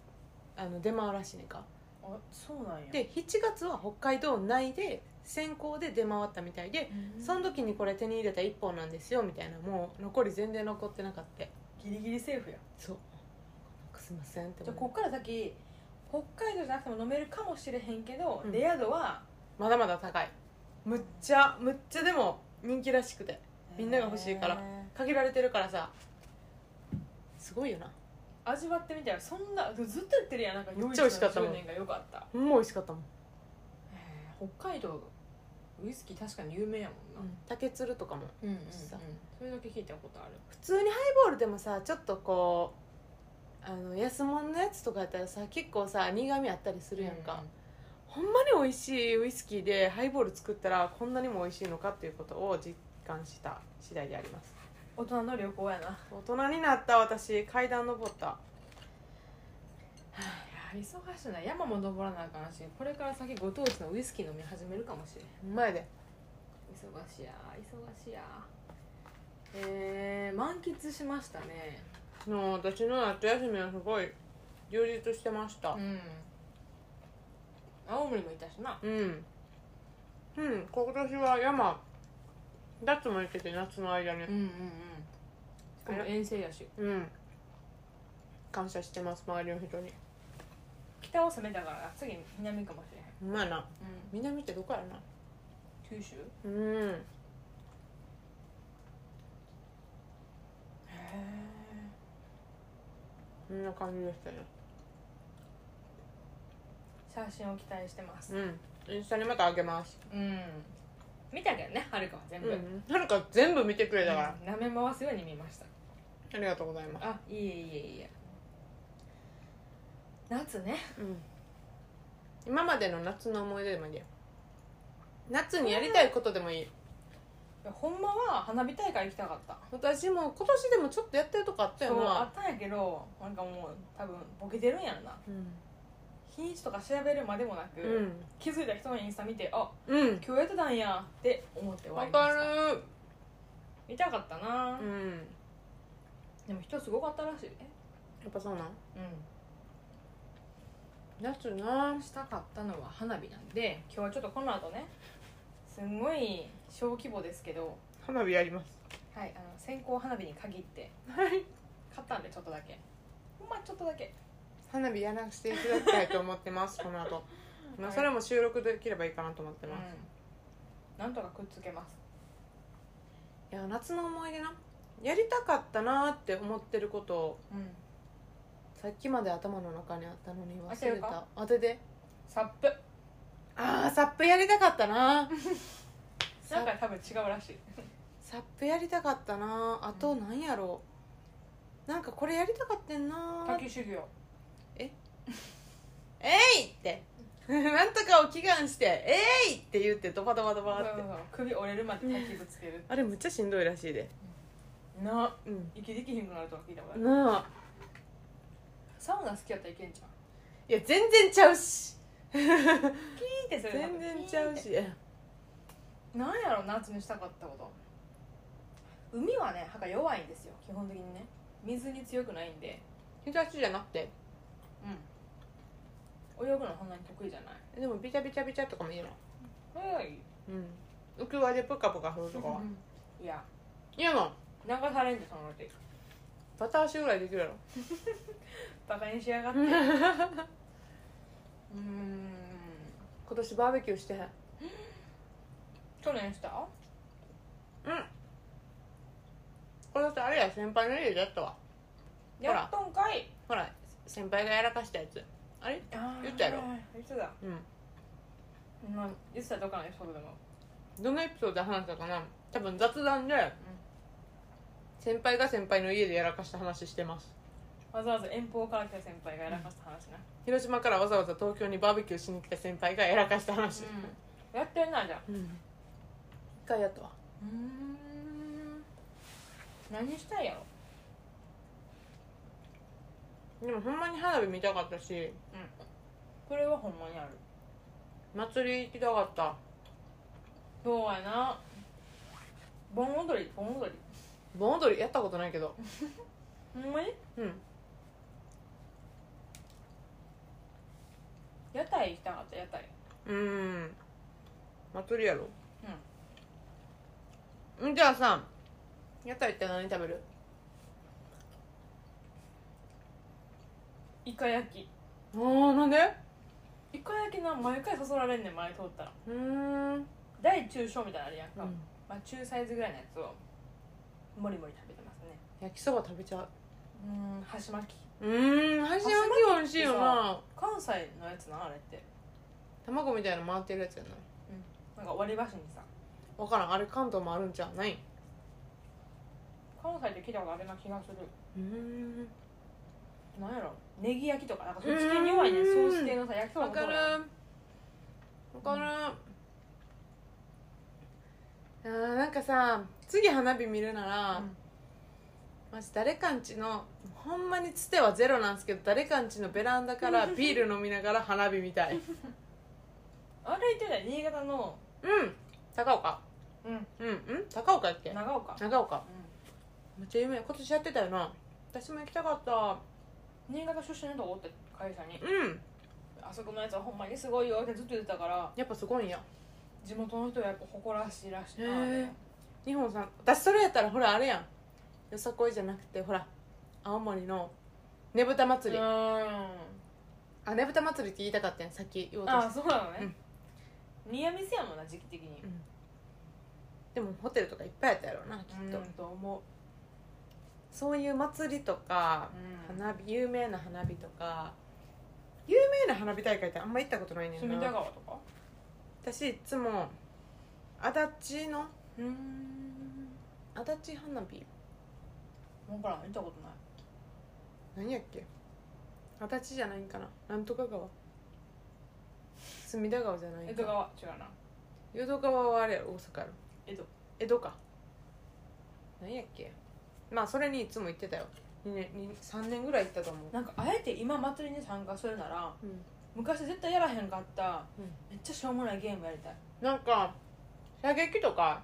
Speaker 1: あの出回るらしいねんか
Speaker 2: あそうなんや
Speaker 1: で7月は北海道内で先行で出回ったみたいで、その時にこれ手に入れた1本なんですよみたいなもう残り全然残ってなかった
Speaker 2: ギリギリセーフや
Speaker 1: そうなんかすいませんって
Speaker 2: じゃあ
Speaker 1: 思
Speaker 2: こ
Speaker 1: う
Speaker 2: っから先北海道じゃなくても飲めるかもしれへんけど、
Speaker 1: うん
Speaker 2: レア度は
Speaker 1: まだまだ高いむっちゃむっちゃでも人気らしくてみんなが欲しいから
Speaker 2: へ
Speaker 1: 限られてるからさすごいよな
Speaker 2: ー味わってみたらそんなずっと言ってるやんなんか
Speaker 1: めっちゃ美味しかったもん
Speaker 2: 夜市の10年が良かった
Speaker 1: ほんま美味しかったもん、
Speaker 2: へー北海道ウイスキー確かに有名やもんな
Speaker 1: 竹鶴とかも
Speaker 2: うんうんうん
Speaker 1: さ
Speaker 2: それだけ聞いたことある
Speaker 1: 普通にハイボールでもさちょっとこうあの安物のやつとかやったらさ結構さ苦味あったりするやんか、ほんまに美味しいウイスキーでハイボール作ったらこんなにも美味しいのかっていうことを実感した次第であります
Speaker 2: 大人の旅行やな
Speaker 1: 大人になった私階段登った
Speaker 2: いや忙しいな山も登らなあかんしこれから先ご当地のウイスキー飲み始めるかもしれん
Speaker 1: 前で
Speaker 2: 忙しいや忙しいやえー、満喫しましたね
Speaker 1: もう私の夏休みはすごい充実してました
Speaker 2: ん青森もいたしな
Speaker 1: うんうん今年は山ダッツも行けて夏の間に
Speaker 2: うんうんうんしかも遠征やし
Speaker 1: うん感謝してます周りの人に
Speaker 2: 北を攻めたから次南かもしれへん、
Speaker 1: うまいな
Speaker 2: うん、
Speaker 1: 南ってどこやろな
Speaker 2: 九州
Speaker 1: うん
Speaker 2: へえ
Speaker 1: そんな感じでしたね
Speaker 2: 写真を期待してます
Speaker 1: うんインスタにまたあげます
Speaker 2: うん見たけどねはるかは全部、
Speaker 1: うんはるか全部見てくれたから、
Speaker 2: うん舐め回すように見ました
Speaker 1: ありがとうございます
Speaker 2: あいえいえいえ夏ね
Speaker 1: うん今までの夏の思い出でもいいよ夏にやりたいことでもいい
Speaker 2: いやほんまは花火大会行きたかった
Speaker 1: 私も今年でもちょっとやってるとこあったよ
Speaker 2: そうあ
Speaker 1: な
Speaker 2: ったんやけどなんかもう多分ボケてるんやろな
Speaker 1: うん
Speaker 2: 日にちとか調べるまでもなく、
Speaker 1: うん
Speaker 2: 気づいた人のインスタ見てあ
Speaker 1: うん
Speaker 2: 今日やってたんやって思って終わ
Speaker 1: わ
Speaker 2: りま
Speaker 1: か
Speaker 2: した
Speaker 1: る
Speaker 2: 見たかったな、
Speaker 1: うん
Speaker 2: でも人すごかったらしいね
Speaker 1: やっぱそうなん
Speaker 2: う
Speaker 1: 夏なん
Speaker 2: したかったのは花火なんで今日はちょっとこの後ねすごい小規模ですけど
Speaker 1: 花火やります
Speaker 2: はいあの線香花火に限って
Speaker 1: はい
Speaker 2: 買ったんでちょっとだけほんまちょっとだけ
Speaker 1: 花火やらせていただきたいと思って ますこの後、まあ、それも収録できればいいかなと思ってます、
Speaker 2: うん、なんとかくっつけます
Speaker 1: いや夏の思い出なやりたかったなーって思ってること
Speaker 2: うん
Speaker 1: さっきまで頭の中にあったのに
Speaker 2: 当
Speaker 1: 忘
Speaker 2: て
Speaker 1: れ
Speaker 2: る
Speaker 1: た
Speaker 2: か
Speaker 1: 当てて
Speaker 2: サップ
Speaker 1: あーサップやりたかった なサ
Speaker 2: なんか多分違うらしい
Speaker 1: サップやりたかったなあとなんやろうなんかこれやりたかったんなー
Speaker 2: 滝修行
Speaker 1: えいってなんとかを祈願してえいって言ってドバドバドバ
Speaker 2: そう
Speaker 1: って
Speaker 2: そうそう首折れるまで滝ぶつける
Speaker 1: あれむっちゃしんどいらしいで
Speaker 2: な
Speaker 1: うん
Speaker 2: 息できひんくなるとは聞いたことある
Speaker 1: なあ
Speaker 2: サウナ好きやったらいけんじゃん
Speaker 1: いや全然ちゃうし
Speaker 2: ピーってする
Speaker 1: 全然ちゃうし
Speaker 2: なんやろ夏にしたかったこと海はね歯が弱いんですよ基本的にね水に強くないんで
Speaker 1: 日差しじゃなくて
Speaker 2: うん泳ぐのそんなに得意じゃない
Speaker 1: でもビチャビチャビチャとかもいいの
Speaker 2: はい
Speaker 1: うん浮き輪でプカプカするとかはい
Speaker 2: や
Speaker 1: いやもん
Speaker 2: 流されんでそのうち
Speaker 1: バタ足ぐらいでき るやろ
Speaker 2: バカにしやがってうーん
Speaker 1: 今年バーベキューしてへん
Speaker 2: 去年した
Speaker 1: うん今年あれや先輩の家でやったわほら
Speaker 2: やっとんかい
Speaker 1: ほら先輩がやらかしたやつあれ
Speaker 2: あー
Speaker 1: 言ったやろ
Speaker 2: 言ってた
Speaker 1: うん
Speaker 2: まあ言ってたどっかのエピソードでも
Speaker 1: どのエピソードで話したかな多分雑談で先輩が先輩の家でやらかした話してます
Speaker 2: わざわざ遠方から来た先輩がやらかした話な、
Speaker 1: 広島からわざわざ東京にバーベキューしに来た先輩がやらかした話
Speaker 2: やってんなじゃん
Speaker 1: うん、一回やったわ
Speaker 2: うん何したいやろ
Speaker 1: でもほんまに花火見たかったし
Speaker 2: これはほんまにある
Speaker 1: 祭り行きたかった
Speaker 2: そうやな盆踊り盆踊り
Speaker 1: 盆踊りやったことないけど
Speaker 2: ほんまに
Speaker 1: うん
Speaker 2: 屋台行きたかった屋台
Speaker 1: うーん祭りやろうんじゃあさ屋台って何食べる
Speaker 2: イカ焼き
Speaker 1: あーなんで
Speaker 2: イカ焼きな毎回そそられんねん前通ったら
Speaker 1: うーん
Speaker 2: 大中小みたいなのあるやんか、まあ、中サイズぐらいのやつをもりもり食べてますね
Speaker 1: 焼きそば食べちゃう
Speaker 2: うん箸巻き
Speaker 1: うーん箸焼き美味しいよな
Speaker 2: 関西のやつなあれって
Speaker 1: 卵みたいなの回ってるやつやな
Speaker 2: なんか割り箸にさ
Speaker 1: 分からんあれ関東もあるんじゃうないう
Speaker 2: 関西で聞いたことあるな気がする
Speaker 1: ーん
Speaker 2: なんやろネギ焼きとかなんかそっち系に弱いね
Speaker 1: うん
Speaker 2: ソース系のさ焼きそば
Speaker 1: 分か
Speaker 2: のと
Speaker 1: る
Speaker 2: こ
Speaker 1: 分
Speaker 2: ろ
Speaker 1: かる、あーなんかさ次花火見るなら、
Speaker 2: うん
Speaker 1: まず誰かんちのほんまにつてはゼロなんですけど誰かんちのベランダからビール飲みながら花火見たい
Speaker 2: あれ行ってたよ新潟の
Speaker 1: うん高岡
Speaker 2: うん
Speaker 1: うんうん高岡やっけ
Speaker 2: 長岡、
Speaker 1: 長岡めっちゃ有名今年やってたよな私も行きたかった
Speaker 2: うん、新潟出身のとこおって会社に
Speaker 1: うん
Speaker 2: あそこのやつはほんまにすごいよってずっと言ってたから
Speaker 1: やっぱすごいんや
Speaker 2: 地元の人はやっぱ誇らしいらしいな
Speaker 1: へー
Speaker 2: あ
Speaker 1: 日本さん私それやったらほらあれやんよさこいじゃなくてほら青森のねぶた
Speaker 2: れ
Speaker 1: 祭り、
Speaker 2: うん
Speaker 1: あねぶた祭りって言いたかったやんさっき言おうとし
Speaker 2: あ
Speaker 1: た
Speaker 2: あそうなのね、ニアミスやもんな時期的に
Speaker 1: うんでもホテルとかいっぱいやったやろうなきっと、
Speaker 2: うんと思
Speaker 1: そういう祭りとか
Speaker 2: う、うん
Speaker 1: 花火有名な花火とか有名な花火大会ってあんま行ったことないねん
Speaker 2: 隅田
Speaker 1: な
Speaker 2: 川とか
Speaker 1: 私いつも足立の
Speaker 2: うん
Speaker 1: 足立花火
Speaker 2: 分からん行ったことない
Speaker 1: 何やっけ足立じゃないんかななんとか川隅田川じゃないんか
Speaker 2: 江戸川違うな
Speaker 1: 江戸川はあれやろ大阪やろ
Speaker 2: 江戸
Speaker 1: 江戸か何やっけまあそれにいつも行ってたよ2年3年ぐらい行ったと思う
Speaker 2: なんかあえて今祭りに参加するなら
Speaker 1: うん
Speaker 2: 昔絶対やらへんかった、
Speaker 1: うん
Speaker 2: めっちゃしょうもないゲームやりたい、
Speaker 1: なんか射撃とか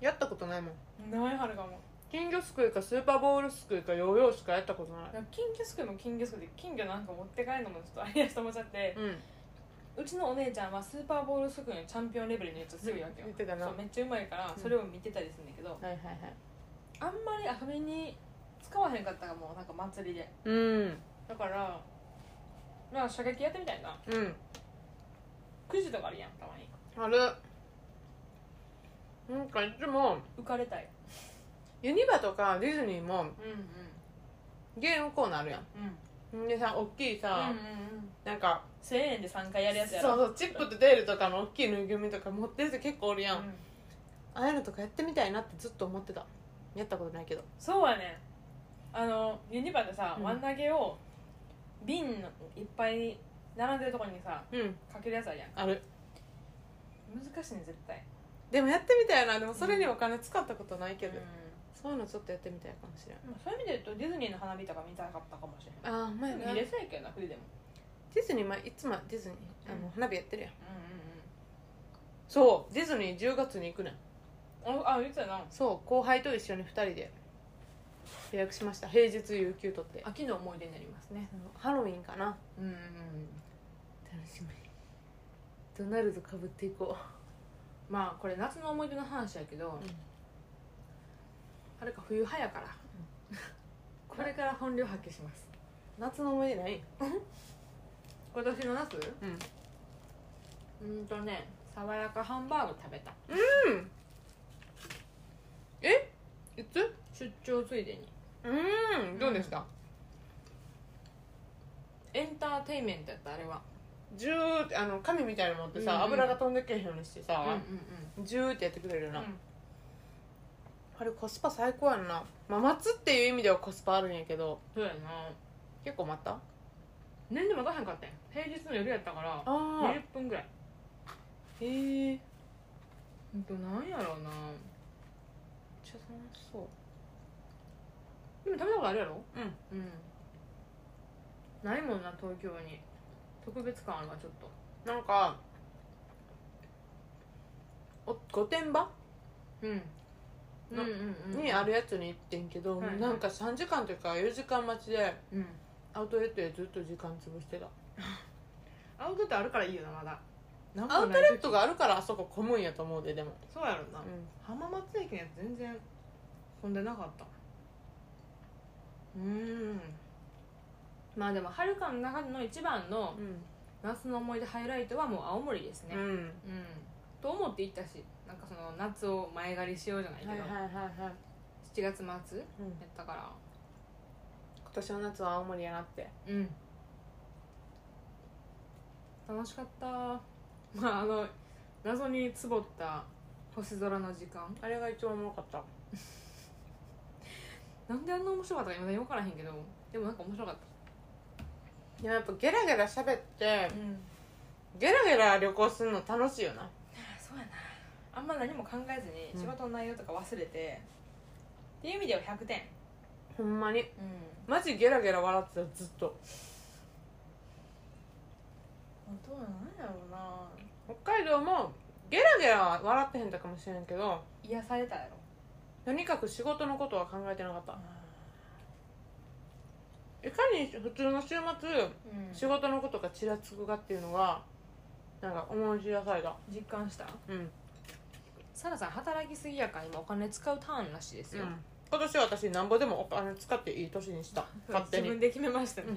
Speaker 1: やったことないもん
Speaker 2: ないはるかも
Speaker 1: 金魚すくいかスーパーボールすくいかヨーヨーしかやったことない
Speaker 2: なんか金魚すくいも金魚すくいで金魚なんか持って帰るのもちょっとあれやしと思っちゃって
Speaker 1: うん
Speaker 2: うちのお姉ちゃんはスーパーボールすくいのチャンピオンレベルのやつ強いわけよ、
Speaker 1: 言ってたな
Speaker 2: そう
Speaker 1: はい
Speaker 2: めっちゃうまいから
Speaker 1: うん
Speaker 2: それを見てたりするんだけ
Speaker 1: は
Speaker 2: ど、
Speaker 1: いはい
Speaker 2: あんまり遊びに使わへんかったかもなんか祭りで
Speaker 1: うん
Speaker 2: だからまあ射撃やってみたいな
Speaker 1: うん
Speaker 2: くじとかあるやんたまに
Speaker 1: あれなんかいつも
Speaker 2: 浮かれたい
Speaker 1: ユニバとかディズニーも
Speaker 2: うんうん
Speaker 1: ゲームコーナーあるやん
Speaker 2: うん
Speaker 1: んでさ大きいさ、
Speaker 2: うんうん
Speaker 1: なんか
Speaker 2: 1000円で3回やるやつやろ
Speaker 1: そうそうチップとデールとかの大きいぬいぐるみとか持ってる人結構おるやん、
Speaker 2: うん
Speaker 1: ああいうのとかやってみたいなってずっと思ってたやったことないけど
Speaker 2: そうやねあのユニバでさ、
Speaker 1: うん
Speaker 2: ワン投げを瓶のいっぱい並んでるとこにさ
Speaker 1: うん
Speaker 2: かけるやつあるやん
Speaker 1: ある
Speaker 2: 難しいね絶対
Speaker 1: でもやってみたいなでもそれにお金使ったことないけど、
Speaker 2: うん
Speaker 1: そういうのちょっとやってみたいかもしれない
Speaker 2: まあそういう意味で言うとディズニーの花火とか見たかったかもしれない
Speaker 1: ああ前
Speaker 2: 見れ
Speaker 1: ね
Speaker 2: そうやけどな冬でも
Speaker 1: ディズニー前いつもディズニーあ
Speaker 2: う
Speaker 1: の
Speaker 2: ん
Speaker 1: 花火やってるやん
Speaker 2: う
Speaker 1: そうディズニー10月に行くねん
Speaker 2: んうんうんああ言ってたな
Speaker 1: そう後輩と一緒に2人で予約しました平日有給取って
Speaker 2: 秋の思い出になりますね
Speaker 1: ハロウィンかな
Speaker 2: うんうんうん
Speaker 1: 楽しみドナルドかぶっていこ
Speaker 2: まあこれ夏の思い出の話やけど、
Speaker 1: うん
Speaker 2: あれか冬早から、これから本領発揮します
Speaker 1: う夏の思い出ない
Speaker 2: 今年の夏
Speaker 1: うん
Speaker 2: うんとね爽やかハンバーグ食べた
Speaker 1: えいつ
Speaker 2: 出張ついでに
Speaker 1: うんどうでした、エンターテインメントやったあれはジューってあの紙みたいなの持ってさ、
Speaker 2: うんうん
Speaker 1: 油が飛んでけへんようにして
Speaker 2: うんう
Speaker 1: さ、
Speaker 2: ん
Speaker 1: ジューってやってくれるよな、あれコスパ最高やんな、まあ、待つっていう意味ではコスパあるんやけど
Speaker 2: そうやな
Speaker 1: 結構待ったあ
Speaker 2: 年で待たへんかったん平日の夜やったから
Speaker 1: あ
Speaker 2: 20分ぐらい
Speaker 1: へえ
Speaker 2: ほんとなん
Speaker 1: め
Speaker 2: やろうな
Speaker 1: っちゃ楽しそう
Speaker 2: でも食べたことあるやろ
Speaker 1: うん
Speaker 2: うんないもんな東京に特別感あるわちょっと
Speaker 1: なんかお御殿場
Speaker 2: うんうん
Speaker 1: な
Speaker 2: うんうん
Speaker 1: にあるやつに行ってんけど、
Speaker 2: はいはい
Speaker 1: なんか3時間というか4時間待ちで
Speaker 2: うん
Speaker 1: アウトレットでずっと時間潰してた
Speaker 2: アウトレットあるからいいよなまだ
Speaker 1: アウトレットがあるからあそこ混むんやと思うででも、
Speaker 2: そうやろな、
Speaker 1: うん
Speaker 2: 浜松駅のやつ全然混んでなかったうーんまあでもはるかの中の一番の夏の思い出ハイライトはもう青森ですね
Speaker 1: うん、うん
Speaker 2: うん、と思って行ったしなんかその夏を前借りしようじゃないけど、
Speaker 1: はいはいはいはい、
Speaker 2: 7月末
Speaker 1: う
Speaker 2: や
Speaker 1: ん、
Speaker 2: ったから
Speaker 1: 今年の夏は青森やなって
Speaker 2: うん楽しかったまああの謎につぼった星空の時間
Speaker 1: あれが一番おもろかった
Speaker 2: なんであんな面白かったか今分からへんけどでもなんか面白かっ
Speaker 1: でもやっぱゲラゲラ喋って
Speaker 2: たうん
Speaker 1: ゲラゲラ旅行するの楽しいよな
Speaker 2: そうやなあんま何も考えず
Speaker 1: うん
Speaker 2: に仕事の内容とか忘れて、っていう意味では100点
Speaker 1: ほんまに
Speaker 2: うん
Speaker 1: マジゲラゲラ笑ってたずっと
Speaker 2: 本当は何やろうな
Speaker 1: 北海道もゲラゲラは笑ってへんたかもしれんけど
Speaker 2: 癒されたやろ
Speaker 1: とにかく仕事のことは考えてなかったいかに普通の週末
Speaker 2: うん
Speaker 1: 仕事のことがちらつくかっていうのがなんか思い知らされた
Speaker 2: 実感した
Speaker 1: うん、
Speaker 2: サラさん働きすぎやから今お金使うターンらしいですよ、
Speaker 1: 今年は私なんぼでもお金使っていい年にした勝手に
Speaker 2: 自分で決めましたね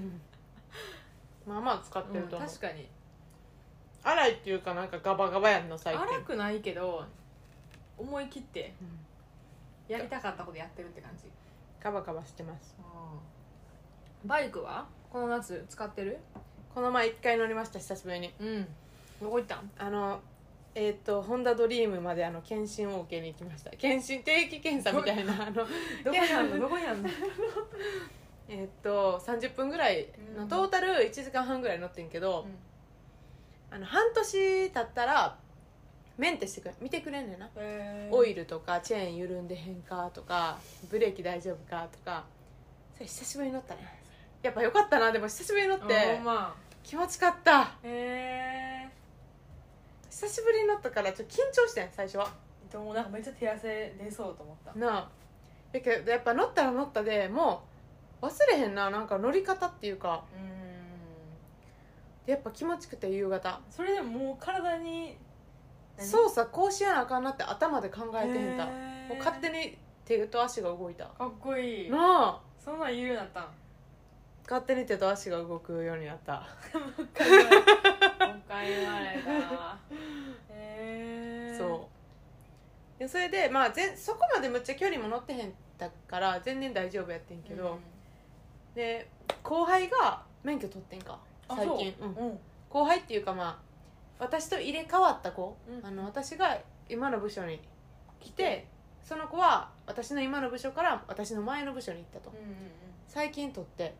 Speaker 1: う、んまあまあ使ってる
Speaker 2: うん
Speaker 1: と思う、
Speaker 2: 確かに
Speaker 1: 荒いっていうかなんかガバガバやんな最近
Speaker 2: 荒くないけど思い切って
Speaker 1: うん
Speaker 2: やりたかったことやってるって感じ
Speaker 1: ガバガバしてます
Speaker 2: バイクはこの夏使ってる
Speaker 1: この前一回乗りました久しぶりに
Speaker 2: うんどこ行ったん
Speaker 1: あのえっ、とホンダドリームまであの検診を受けに行きました検診定期検査みたいなあの
Speaker 2: どこやんのどこ やんの
Speaker 1: えっと30分ぐらいの、
Speaker 2: うん
Speaker 1: トータル1時間半ぐらい乗ってんけど、あの半年経ったらメンテしてくれ見てくれんねんな、オイ
Speaker 2: ル
Speaker 1: ルとかチェーン緩んでへんかとかブレーキ大丈夫かとかそれ久しぶりに乗ったねやっぱよかったなでも久しぶりに乗っ
Speaker 2: って
Speaker 1: て
Speaker 2: ま
Speaker 1: 気持ちかった
Speaker 2: へえ
Speaker 1: 久しぶりに乗ったからちょっと緊張してん最初は
Speaker 2: でもなんかめっちゃ手汗出そうと思った
Speaker 1: なあやけどやっぱ乗ったら乗ったでもう忘れへんななんか乗り方っていうか
Speaker 2: うん
Speaker 1: やっぱ気持ちくて夕方
Speaker 2: それでももう体にう
Speaker 1: 操作こうしやなあかんなって頭で考えてへんた、もう勝手
Speaker 2: に
Speaker 1: に手と足が動いた
Speaker 2: かっこいい
Speaker 1: なあ
Speaker 2: そんなん言うようになっ たんも
Speaker 1: 勝手に手と足が動くようになった
Speaker 2: う一回言われたもう一回言われたへえ
Speaker 1: そうでそれで、まあ、全そこまでむっちゃ距離も乗ってへんだから全然大丈夫やってんけど、で後輩が免許取ってんか
Speaker 2: あ
Speaker 1: 最近
Speaker 2: そううんうん
Speaker 1: 後輩っていうかまあ私と入れ替わった子、
Speaker 2: うん
Speaker 1: あの私が今の部署に来てその子は私の今の部署から私の前の部署に行ったと、
Speaker 2: うんうん
Speaker 1: 最近取って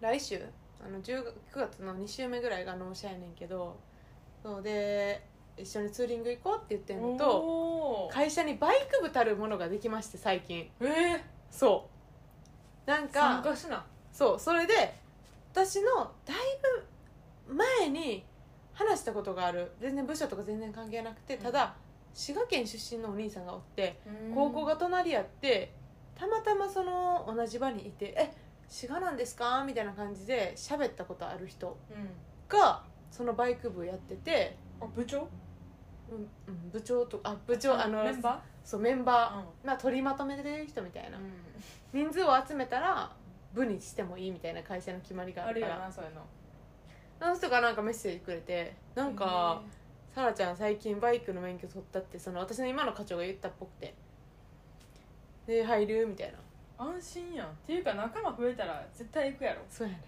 Speaker 1: 来週あの10 9月の2週目ぐらいが納車やねんけどそうで一緒にツーリング行こうって言ってん
Speaker 2: うん
Speaker 1: のと
Speaker 2: おー
Speaker 1: 会社にバイク部たるものができまして最近
Speaker 2: えー
Speaker 1: そうなん
Speaker 2: 参
Speaker 1: か
Speaker 2: 加しな
Speaker 1: そうそれで私のだいぶ前に話したことがある全然部署とか全然関係なくてただ、滋賀県出身のお兄さんがおって高校が隣やってたまたまその同じ場にいて「え滋賀なんですか?」みたいな感じで喋ったことある人
Speaker 2: うん
Speaker 1: がそのバイク部やってて、
Speaker 2: あ部長
Speaker 1: うんうん、部長とあ部長あの
Speaker 2: メンバ
Speaker 1: そうメンバー、
Speaker 2: ー
Speaker 1: まあ、取りまとめてる人みたいな、
Speaker 2: うん
Speaker 1: 人数を集めたら部にしてもいいみたいな会社の決まりがあ
Speaker 2: ある
Speaker 1: るか
Speaker 2: よ
Speaker 1: ら
Speaker 2: なそういうの
Speaker 1: あの人がなんかメッセージくれてなんか「さらちゃん最近バイクの免許取った」ってその私の今の課長が言ったっぽくて「で入る?」みたいな
Speaker 2: へー安心やんっていうか仲間増えたら絶対行くやろ
Speaker 1: そうやね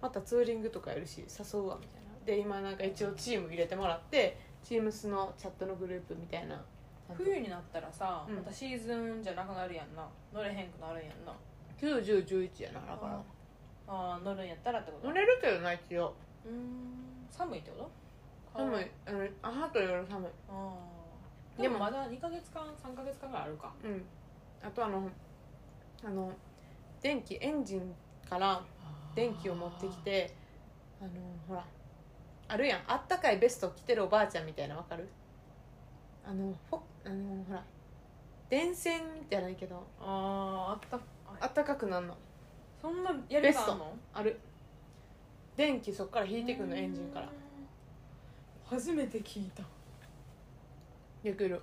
Speaker 1: またツーリングとかやるし誘うわみたいなで今なんか一応チーム入れてもらってチームスのチャットのグループみたいな
Speaker 2: 冬になったらさ、
Speaker 1: うん
Speaker 2: またシーズンじゃなくなるやんな乗れへんくなるんやんな
Speaker 1: 91011やなだから
Speaker 2: ああ乗るんやったらってこと
Speaker 1: 乗れるけどな一応
Speaker 2: うーん寒いってこと
Speaker 1: 寒いあのあはと夜寒い
Speaker 2: あ
Speaker 1: で
Speaker 2: ーで
Speaker 1: も
Speaker 2: もまだ2か月間3か月間があるか
Speaker 1: うんあとあのあの電気エンジンから電気を持ってきてあのほらあるやんあったかいベスト着てるおばあちゃんみたいなわかるあのほあのほら電線じゃないけど
Speaker 2: あーあった
Speaker 1: あ
Speaker 2: あ
Speaker 1: ったかくなるの
Speaker 2: そんなやり方あんの
Speaker 1: ある電気そっから引いてくんのエンジンから
Speaker 2: うーん初めて聞いた
Speaker 1: できる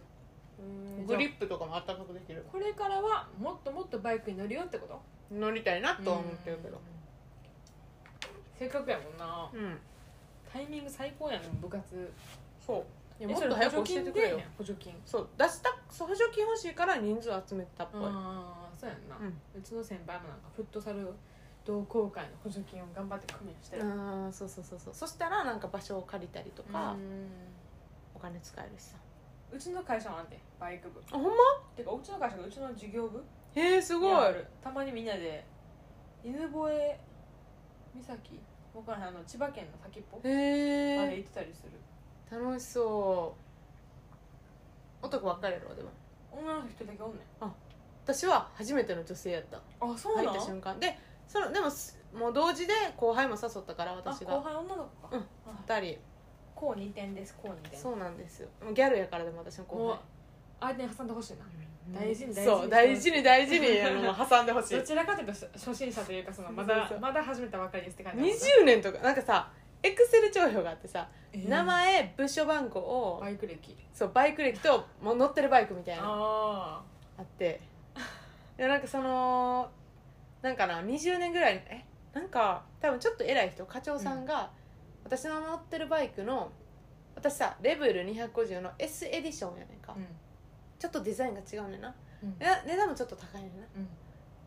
Speaker 1: グ
Speaker 2: グ
Speaker 1: リ
Speaker 2: リップ
Speaker 1: ップとかもあったかくできる
Speaker 2: これからはもっともっとバイクに乗るよってこと
Speaker 1: 乗りたいなとは思ってるけど
Speaker 2: せっかくやもんな
Speaker 1: うん、
Speaker 2: タイミング最高やね部活
Speaker 1: そういや
Speaker 2: え
Speaker 1: もっ
Speaker 2: それ
Speaker 1: と早く教えてくれよ
Speaker 2: 補助金で
Speaker 1: そう出したそう補助金欲しいから人数集めてたっぽい、
Speaker 2: ああそうやんな、うちの先輩もなんかフットサル同好会の補助金を頑張って組みしてる
Speaker 1: ああそうそうそうそうそしたらなんか場所を借りたりと
Speaker 2: う
Speaker 1: か、
Speaker 2: ん
Speaker 1: お金使えるしさ
Speaker 2: うちの会社なんてバイク部
Speaker 1: あほんま
Speaker 2: てかうちの会社がうちの事業部
Speaker 1: へえす
Speaker 2: す
Speaker 1: ごい
Speaker 2: たまにみんなで犬吠岬わからへんあの千葉県の先っぽ
Speaker 1: へ
Speaker 2: まで
Speaker 1: え
Speaker 2: 行ってたりする
Speaker 1: 楽しそう男ばっかりやろでも
Speaker 2: 女の人だけおんねん
Speaker 1: 私は初めての女性やった
Speaker 2: あそ
Speaker 1: 入った瞬間でそのでもすもう同時で後輩も誘ったから
Speaker 2: あ
Speaker 1: 私
Speaker 2: 後
Speaker 1: が
Speaker 2: 輩女の子か、
Speaker 1: うん
Speaker 2: あ
Speaker 1: 2人
Speaker 2: こう2点ですこう2点
Speaker 1: そうなんですよギャルやからでも私の後
Speaker 2: もう
Speaker 1: 輩
Speaker 2: 相手に挟んでほしいな
Speaker 1: うん
Speaker 2: 大事に大事に
Speaker 1: そう大事に大事にあの挟んでほしい
Speaker 2: どちらかというと初初心者というかそのま
Speaker 1: そう
Speaker 2: だ
Speaker 1: そうそう
Speaker 2: まだ始めたばかりですって感じなんですね
Speaker 1: 20年とかなんかさエクセル帳票があってさ、
Speaker 2: えー
Speaker 1: 名前部署番号を
Speaker 2: バイク歴
Speaker 1: そうバイク歴ともう乗ってるバイクみたいな
Speaker 2: あ
Speaker 1: あっていやなんかそのなんかな20年ぐらいえなんか多分ちょっと偉い人課長さんが、私の乗ってるバイクの私さレベル250の S エディションやねんか、
Speaker 2: あうん
Speaker 1: ちょっとデザインが違うねんな
Speaker 2: うん
Speaker 1: え値段もちょっと高いねんな
Speaker 2: うん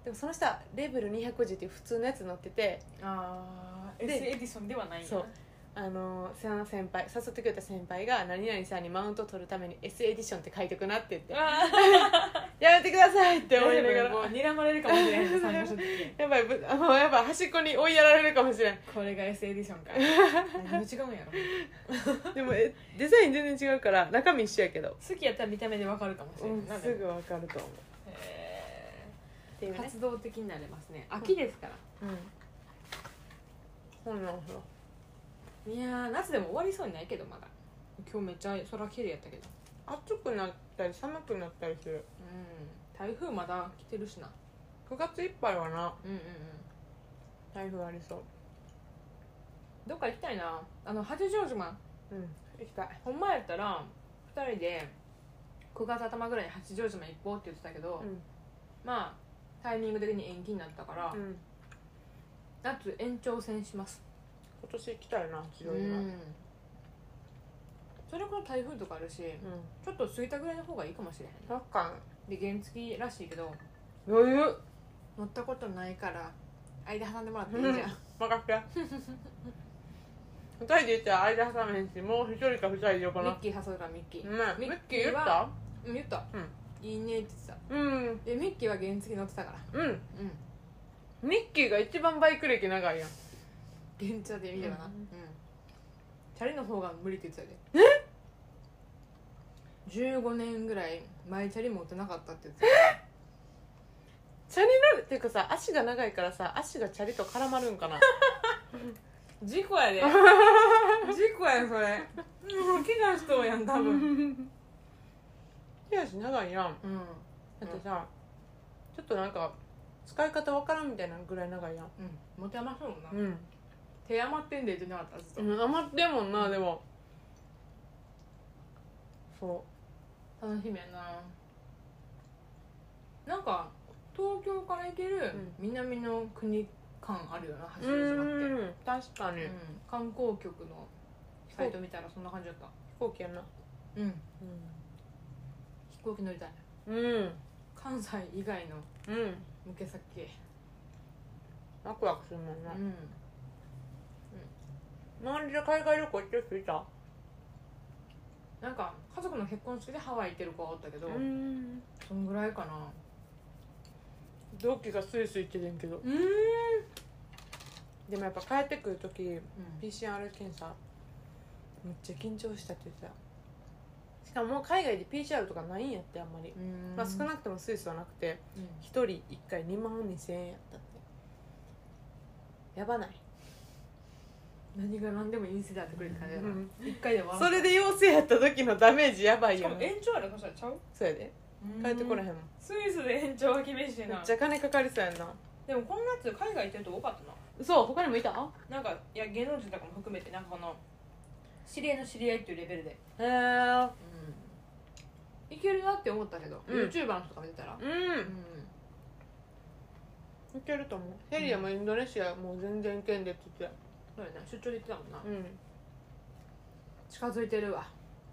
Speaker 1: でもその人はレベル250っていう普通のやつ乗ってて
Speaker 2: あー
Speaker 1: で
Speaker 2: S エディソンではないんや
Speaker 1: そうあのその先輩誘ってくれた先輩が「何々さんにマウント取るために S エディションって書いてくな」って言って
Speaker 2: あ
Speaker 1: 「やめてください」って
Speaker 2: ー
Speaker 1: 思いなが
Speaker 2: もう
Speaker 1: ら
Speaker 2: 睨まれるかもしれない参加者って
Speaker 1: やばいぶあもうやばい端っこに追いやられるかもしれん
Speaker 2: これが S エディションか何が違うんやろ
Speaker 1: でもえデザイン全然違うから中身一緒やけど、
Speaker 2: 好きやったら見た目でわかるかもし
Speaker 1: う
Speaker 2: れ
Speaker 1: ん、
Speaker 2: ない
Speaker 1: すぐわかると思う
Speaker 2: へ
Speaker 1: ってい
Speaker 2: ー
Speaker 1: うね
Speaker 2: 活動的になれますね秋ですから
Speaker 1: うんそうなのそう
Speaker 2: いやー夏でも終わりそうにないけどまだ今日めっちゃ空綺麗やったけど
Speaker 1: 暑くなったり寒くなったりする
Speaker 2: うん台風まだ来てるしな
Speaker 1: 9月いっぱいはな
Speaker 2: うんうんうん
Speaker 1: 台風ありそう
Speaker 2: どっか行きたいなあの八丈島
Speaker 1: うん行きたい
Speaker 2: ほんまやったら2人で9月頭ぐらいに八丈島行こうって言ってたけど、
Speaker 1: うん
Speaker 2: まあタイミング的に延期になったから、
Speaker 1: うん
Speaker 2: 夏延長戦します
Speaker 1: 今年行きたいな八丈島うん
Speaker 2: それこそ台風とかあるしちょっと過ぎたぐらいの方がいいかもしれへん
Speaker 1: 確か
Speaker 2: で原付らしいけど
Speaker 1: に余裕
Speaker 2: 乗ったことないから間挟んでもらっていいじゃん
Speaker 1: 任せて二人で行ったら間挟めへんしもう一人か二人でよか
Speaker 2: ミ
Speaker 1: な
Speaker 2: ッキー誘うからミッキー
Speaker 1: ねミ
Speaker 2: ミ
Speaker 1: ッ
Speaker 2: ッ
Speaker 1: キ
Speaker 2: キ
Speaker 1: ー
Speaker 2: ー
Speaker 1: 言っ
Speaker 2: は
Speaker 1: た
Speaker 2: うん言った、いいねって言って
Speaker 1: うん
Speaker 2: たでミッキーは原付乗ってたから
Speaker 1: うん
Speaker 2: うん
Speaker 1: ミッキーが一番バイク歴長いやん
Speaker 2: 原チャで見ればな
Speaker 1: う
Speaker 2: うんん、チャリの方が無理って言ってたでえ15年ぐらい前チャリ持ってなかったって言って
Speaker 1: チャリ乗るっていうかさ足が長いからさ足がチャリと絡まるんかな
Speaker 2: た事故 やで事故やそれもう怪我しとうやん多分
Speaker 1: 手足長いやん
Speaker 2: うん
Speaker 1: だってさ、ちょっとなんか使い方わからんみたいなぐらい長いやん
Speaker 2: うん持て余すもんな、
Speaker 1: うん、
Speaker 2: 手余ってんで言ってなかったずっと、
Speaker 1: うん、余ってんもんなでもそ
Speaker 2: 楽しみやななんか東京から行ける
Speaker 1: うん
Speaker 2: 南の国感あるよな
Speaker 1: う
Speaker 2: 走
Speaker 1: う
Speaker 2: る島って、うん
Speaker 1: ん確かに、飛
Speaker 2: 観光局のサイト見たらそんな感じだった
Speaker 1: 行機やな
Speaker 2: うん飛行機乗りたい
Speaker 1: うんうん
Speaker 2: 関西以外の
Speaker 1: うん
Speaker 2: 抜け先
Speaker 1: ワクワクするもんな、
Speaker 2: うん
Speaker 1: 周りで海外旅行行ってる人いた
Speaker 2: なんか家族の結婚式でハワイ行ってる子はおったけど、
Speaker 1: ん
Speaker 2: そんぐらいかな
Speaker 1: 同期がスイスイ行ってるんけど
Speaker 2: うん、うん、
Speaker 1: でもやっぱ帰ってくる時 PCR 検査めっちゃ緊張したって言ってたしかももう海外で PCR とかないんやってあんまり、まあ、少なくともスイスはなくて
Speaker 2: うん
Speaker 1: 1人1回2万2000円やったってやばない
Speaker 2: 何が何でも陰性であってくれって感じだな、
Speaker 1: うん
Speaker 2: 一回で終わら
Speaker 1: それで陽性やった時のダメージやばい
Speaker 2: し
Speaker 1: よ
Speaker 2: かも
Speaker 1: ね
Speaker 2: 延長やろそしたらちゃう
Speaker 1: そうやで帰ってこらへんもん
Speaker 2: スイスで延長は厳しい
Speaker 1: め
Speaker 2: な
Speaker 1: っちゃ金かかりそうやんな
Speaker 2: でもこんなやつ海外行ってると多かったな
Speaker 1: そう他にもいた
Speaker 2: なんかいや芸能人とかも含めてなんかこの知り合いの知り合いっていうレベルで、
Speaker 1: へえ
Speaker 2: いけるなって思ったけど、
Speaker 1: うん
Speaker 2: YouTuber の人とか見てたら、
Speaker 1: う
Speaker 2: うん
Speaker 1: いけると思うセリアもインドネシアもう全然いけんでって言って
Speaker 2: そうやな出張で行ってたもんな、
Speaker 1: たうん
Speaker 2: 近づいてるわ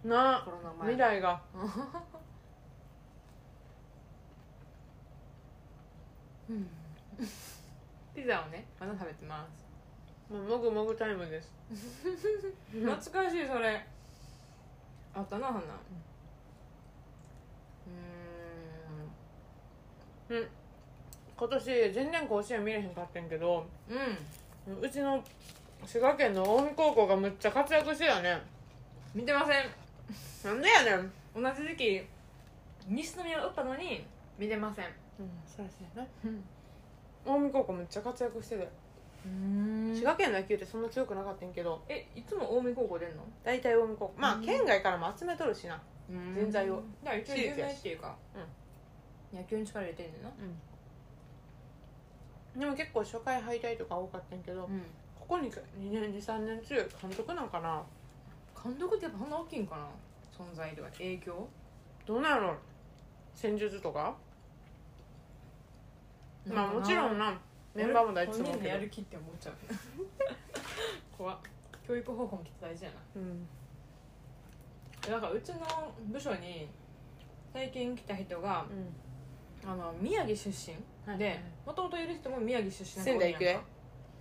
Speaker 1: な
Speaker 2: コロナ
Speaker 1: あ
Speaker 2: 前
Speaker 1: 未来が
Speaker 2: うん ピザをねまだ食べてます、
Speaker 1: もうもぐもぐタイムですうん
Speaker 2: 懐かしいそれあったなそんなん
Speaker 1: 今年全然甲子園見れへんかったんけど
Speaker 2: うーんうん
Speaker 1: うちの滋賀県の近江高校がむっちゃ活躍してたね
Speaker 2: 見てません
Speaker 1: なんでやねん、うん、
Speaker 2: 同じ時期西宮を打ったのに見てません
Speaker 1: そうですね
Speaker 2: うん
Speaker 1: 近江高校むっちゃ活躍してたよ滋賀県の野球ってそんな強くなかったんやけど
Speaker 2: えいつも近江高校出んの
Speaker 1: 大体近江高校まあ
Speaker 2: うん
Speaker 1: 県外からも集めとるしな人材を
Speaker 2: だから一応
Speaker 1: 私
Speaker 2: 有
Speaker 1: 立やし
Speaker 2: 名っていうか、野球に力入れてんねんな
Speaker 1: でも結構初回敗退とか多かったんやけどここに2年23年強い監督なんかな
Speaker 2: 監督ってやっぱそんな大きいんかな存在とか影響
Speaker 1: どうなんやろ戦術とかまあもちろんなメンバーも大事
Speaker 2: だ
Speaker 1: だと思うけど
Speaker 2: やる気って思っち ゃう怖っ教育方法もきっと大事やな
Speaker 1: うん
Speaker 2: でなんかうちの部署に最近来た人があの宮城出
Speaker 1: は
Speaker 2: 身
Speaker 1: い
Speaker 2: でもともといる人も宮城出身
Speaker 1: 仙台育英
Speaker 2: なんか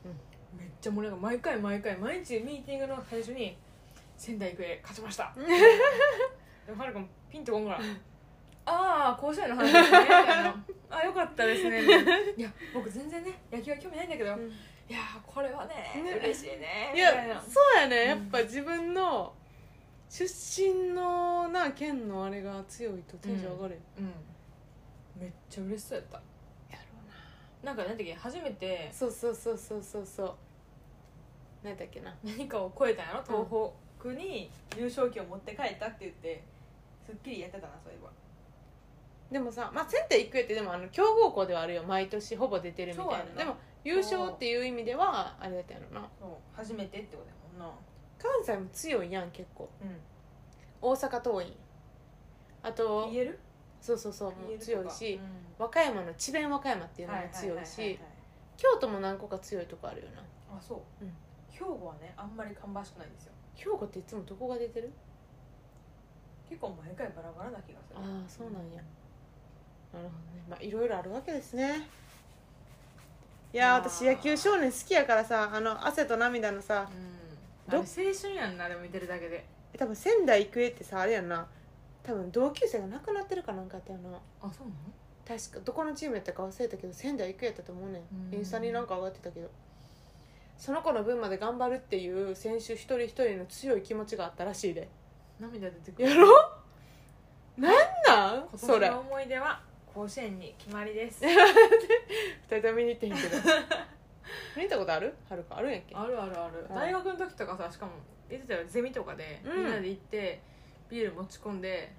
Speaker 2: おるやんかめっちゃ盛り上がる毎回毎回毎日ミーティングの最初に「仙台育英勝ちました」でもはるかもピンとこんから「ああ甲子園の話ですね」みたいな「ああよかったです ね」みたいな「いや僕全然ね野球は興味ないんだけど、
Speaker 1: うん
Speaker 2: いやーこれはね
Speaker 1: ね
Speaker 2: 嬉しいね」
Speaker 1: い
Speaker 2: みたい
Speaker 1: や
Speaker 2: な
Speaker 1: そうやねやっぱ自分の出身のな県のあれが強いとテンション上がるよ
Speaker 2: うんめっちゃ嬉しそうやった
Speaker 1: やろ
Speaker 2: なんか何だっけ初めて
Speaker 1: そうそうそうそうそうそう何だっけな
Speaker 2: 何かを超えたんやろ東北に優勝旗を持って帰ったって言ってすっきりやってたなそういえば
Speaker 1: でもさ、まあ、仙台育英ってでもあの強豪校ではあるよ毎年ほぼ出てるみたい
Speaker 2: そう
Speaker 1: な
Speaker 2: や
Speaker 1: ん
Speaker 2: な
Speaker 1: でも優勝っていう意味ではあれだったやろな
Speaker 2: そう初めてってことやもんな
Speaker 1: 関西も強いやん結構
Speaker 2: う
Speaker 1: 大阪桐蔭あと
Speaker 2: 言える
Speaker 1: そうそうそうも
Speaker 2: 言え
Speaker 1: う
Speaker 2: ると
Speaker 1: 強い
Speaker 2: か
Speaker 1: し、
Speaker 2: うん
Speaker 1: 和歌山の智弁和歌山っていうのも強いし京都も何個か強いとこあるよな
Speaker 2: あそう、
Speaker 1: うん
Speaker 2: 兵庫はねあんまり芳しくないんですよ
Speaker 1: 兵庫っていつもどこが出てる
Speaker 2: 結構毎回バラバラな気がする
Speaker 1: ああそうなんやなるほどねまあいろいろあるわけですねいやー
Speaker 2: まあ
Speaker 1: 私野球少年好きやからさあの汗と涙のさ
Speaker 2: うん
Speaker 1: ど
Speaker 2: あれ青春やんなでも見てるだけで
Speaker 1: 多分仙台育英ってさあれやんな多分同級生が亡くなってるかなんかやったよな
Speaker 2: あそうなの
Speaker 1: 確かどこのチームやったか忘れたけど仙台育英やったと思うねん
Speaker 2: うん
Speaker 1: インスタになんか上がってたけどその子の分まで頑張るっていう選手一人一人の強い気持ちがあったらしいで
Speaker 2: 涙出てくる
Speaker 1: やろなんなん
Speaker 2: 今
Speaker 1: そ
Speaker 2: 年
Speaker 1: れ
Speaker 2: の思い出は甲子園に決まりです
Speaker 1: 二人とも見に行ってへんけど見に行ったことあるはるかあるんやっけ
Speaker 2: あるあるある
Speaker 1: うん
Speaker 2: 大学の時とかさしかも言ってたよゼミとかで、
Speaker 1: うん
Speaker 2: みんなで行ってビール持ち込んで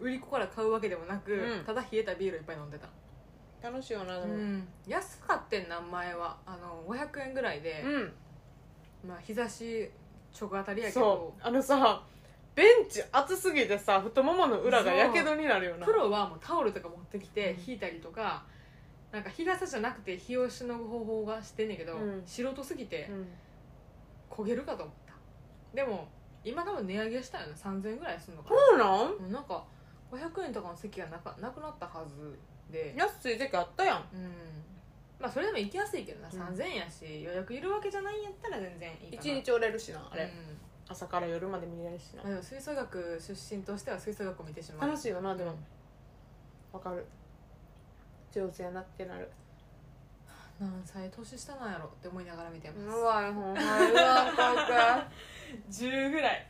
Speaker 2: 売り子から買うわけでもなく、
Speaker 1: うん
Speaker 2: ただ冷えたビールをいっぱい飲んでた、
Speaker 1: 楽しいよなで
Speaker 2: う
Speaker 1: もうん、
Speaker 2: ん、安かってんな前はあの500円ぐらいで、まあ日差し直当たりやけ
Speaker 1: そ
Speaker 2: ど
Speaker 1: うあのさベンチ暑すぎてさ太ももの裏がやけどになるよな
Speaker 2: プロはもうタオルとか持ってき
Speaker 1: う
Speaker 2: て
Speaker 1: ん
Speaker 2: 引いたりとか、なんか日傘じゃなくて日をしのぐ方法がしてんねんけど、
Speaker 1: うん
Speaker 2: 素人すぎて
Speaker 1: うん
Speaker 2: 焦げるかと思ったでも今多分値上げしたよね3000円ぐらいするのかな
Speaker 1: そうなん
Speaker 2: もうなんか500円とかの席がなかなくなったはずで
Speaker 1: 安い時あったやん
Speaker 2: うんまあそれでも行きやすいけどな、
Speaker 1: うん
Speaker 2: 3000円やし予約いるわけじゃないんやったら全然いいかな
Speaker 1: 一日おれるしなあれ、
Speaker 2: うん
Speaker 1: 朝から夜まで見れるしな
Speaker 2: まあ、でも吹奏楽出身としては吹奏楽を見てしまう
Speaker 1: 楽しいよなでもわかる上手やなってなる
Speaker 2: 何歳年下なんやろって思いながら見てます
Speaker 1: わほんまにうわか
Speaker 2: 10ぐらい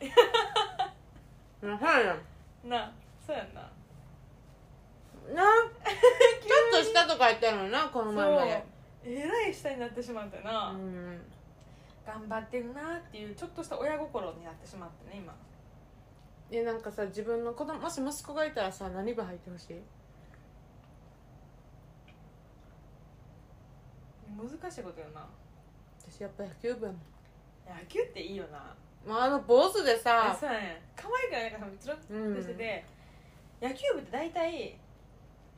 Speaker 1: るはいや
Speaker 2: なそうやんな
Speaker 1: なちょっと下とか言ったのになこの前まで
Speaker 2: えらい下になってしまってな
Speaker 1: うん
Speaker 2: 頑張ってるなっていうちょっとした親心になってしまってね今
Speaker 1: でなんかさ自分の子供もし息子がいたらさ何部入ってほしい
Speaker 2: 難しいことよな
Speaker 1: 私やっぱ野球部やもん
Speaker 2: 野球っていいよな
Speaker 1: まああの坊主でさ
Speaker 2: えそうやね可愛くないなんかつるっ
Speaker 1: うん
Speaker 2: としてて、野球部って大体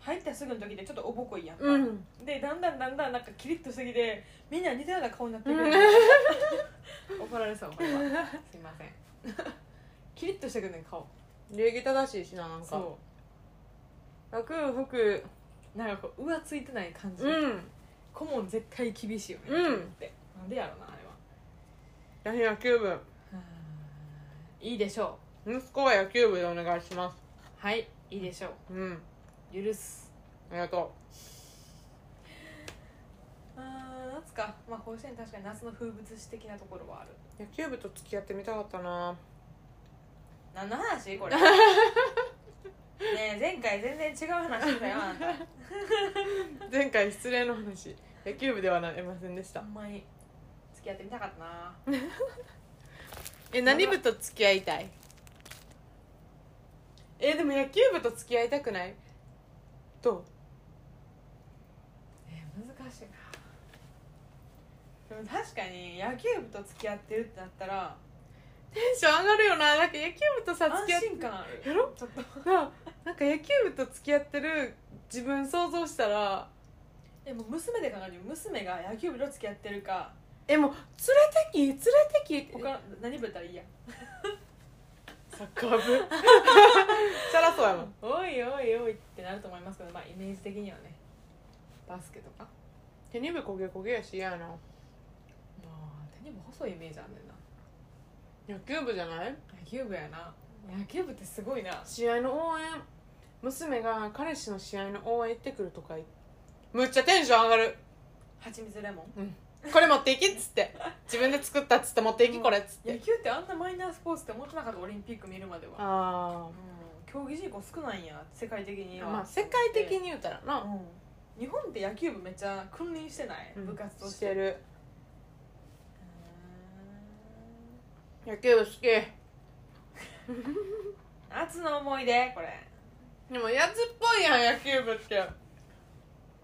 Speaker 2: 入ったすぐの時でちょっとおぼこいやんか、
Speaker 1: うん
Speaker 2: でだんだんだんだんなんかキリッとしてきてみんな似たような顔になってくる、 怒られそうこれはすいませんキリッとしてくるねん顔
Speaker 1: 礼儀正しいしななんか
Speaker 2: そ
Speaker 1: 楽服
Speaker 2: うなんかこう浮ついてない感じ、
Speaker 1: うん
Speaker 2: 顧問絶対厳しいよね、
Speaker 1: うん
Speaker 2: 野球部ってなんでやろうなあれは
Speaker 1: 私野球部
Speaker 2: いいでしょ
Speaker 1: 息子は野球部でお願いします
Speaker 2: うはいいいでしょ
Speaker 1: うん
Speaker 2: う許す
Speaker 1: ありがと
Speaker 2: あー夏かまあ甲子園確かに夏の風物詩的なところはある
Speaker 1: う野球部と付き合ってみたかったな
Speaker 2: 何の話 これねえ前回全然違う話したよあん た
Speaker 1: 前回失礼の話野球部ではなれませんでし
Speaker 2: あ
Speaker 1: た
Speaker 2: んまり付き合ってみたかったな
Speaker 1: え何部と付き合いたいえでも野球部と付き合いたくないど
Speaker 2: え難しいなでも確かに野球部と付き合ってるってなったら
Speaker 1: うテンション上がるよななんか野球部とさ
Speaker 2: 安
Speaker 1: 付き合って
Speaker 2: 心感ある
Speaker 1: やろ
Speaker 2: ちょっと
Speaker 1: ななんか野球部と付き合ってる自分想像したら
Speaker 2: でも娘で考えるよ娘が野球部と付き合ってるか
Speaker 1: えもう連れてき連れてき
Speaker 2: 他何部やったらいいや
Speaker 1: サッカー部チャ ラそうやもん
Speaker 2: おいおいおいってなると思いますけどまあイメージ的にはねバスケとか
Speaker 1: 手に部焦げ焦げやし嫌やな
Speaker 2: まあ手にも細いイメージあんねんな
Speaker 1: 野球部じゃない
Speaker 2: 野球部やな野球部ってすごいな
Speaker 1: 試合の応援娘が彼氏の試合の応援行ってくるとか言ってむっちゃテンション上がる
Speaker 2: はちみつレモン
Speaker 1: これ持っていきっつって自分で作ったっつって持っていきこれっつっ
Speaker 2: 野
Speaker 1: て
Speaker 2: 球ってあんなマイナースポーツって思ってなかったオリンピック見るまでは
Speaker 1: あ
Speaker 2: うん競技人口少ないんや世界的に
Speaker 1: ー
Speaker 2: は
Speaker 1: まあ世界的
Speaker 2: に、
Speaker 1: に言うたらな、
Speaker 2: うん、日本って野球部めっちゃ君臨してない、部活として
Speaker 1: してる
Speaker 2: うー
Speaker 1: 野球部好きで
Speaker 2: ん夏の思い出これ
Speaker 1: もやつっぽいやん野球部って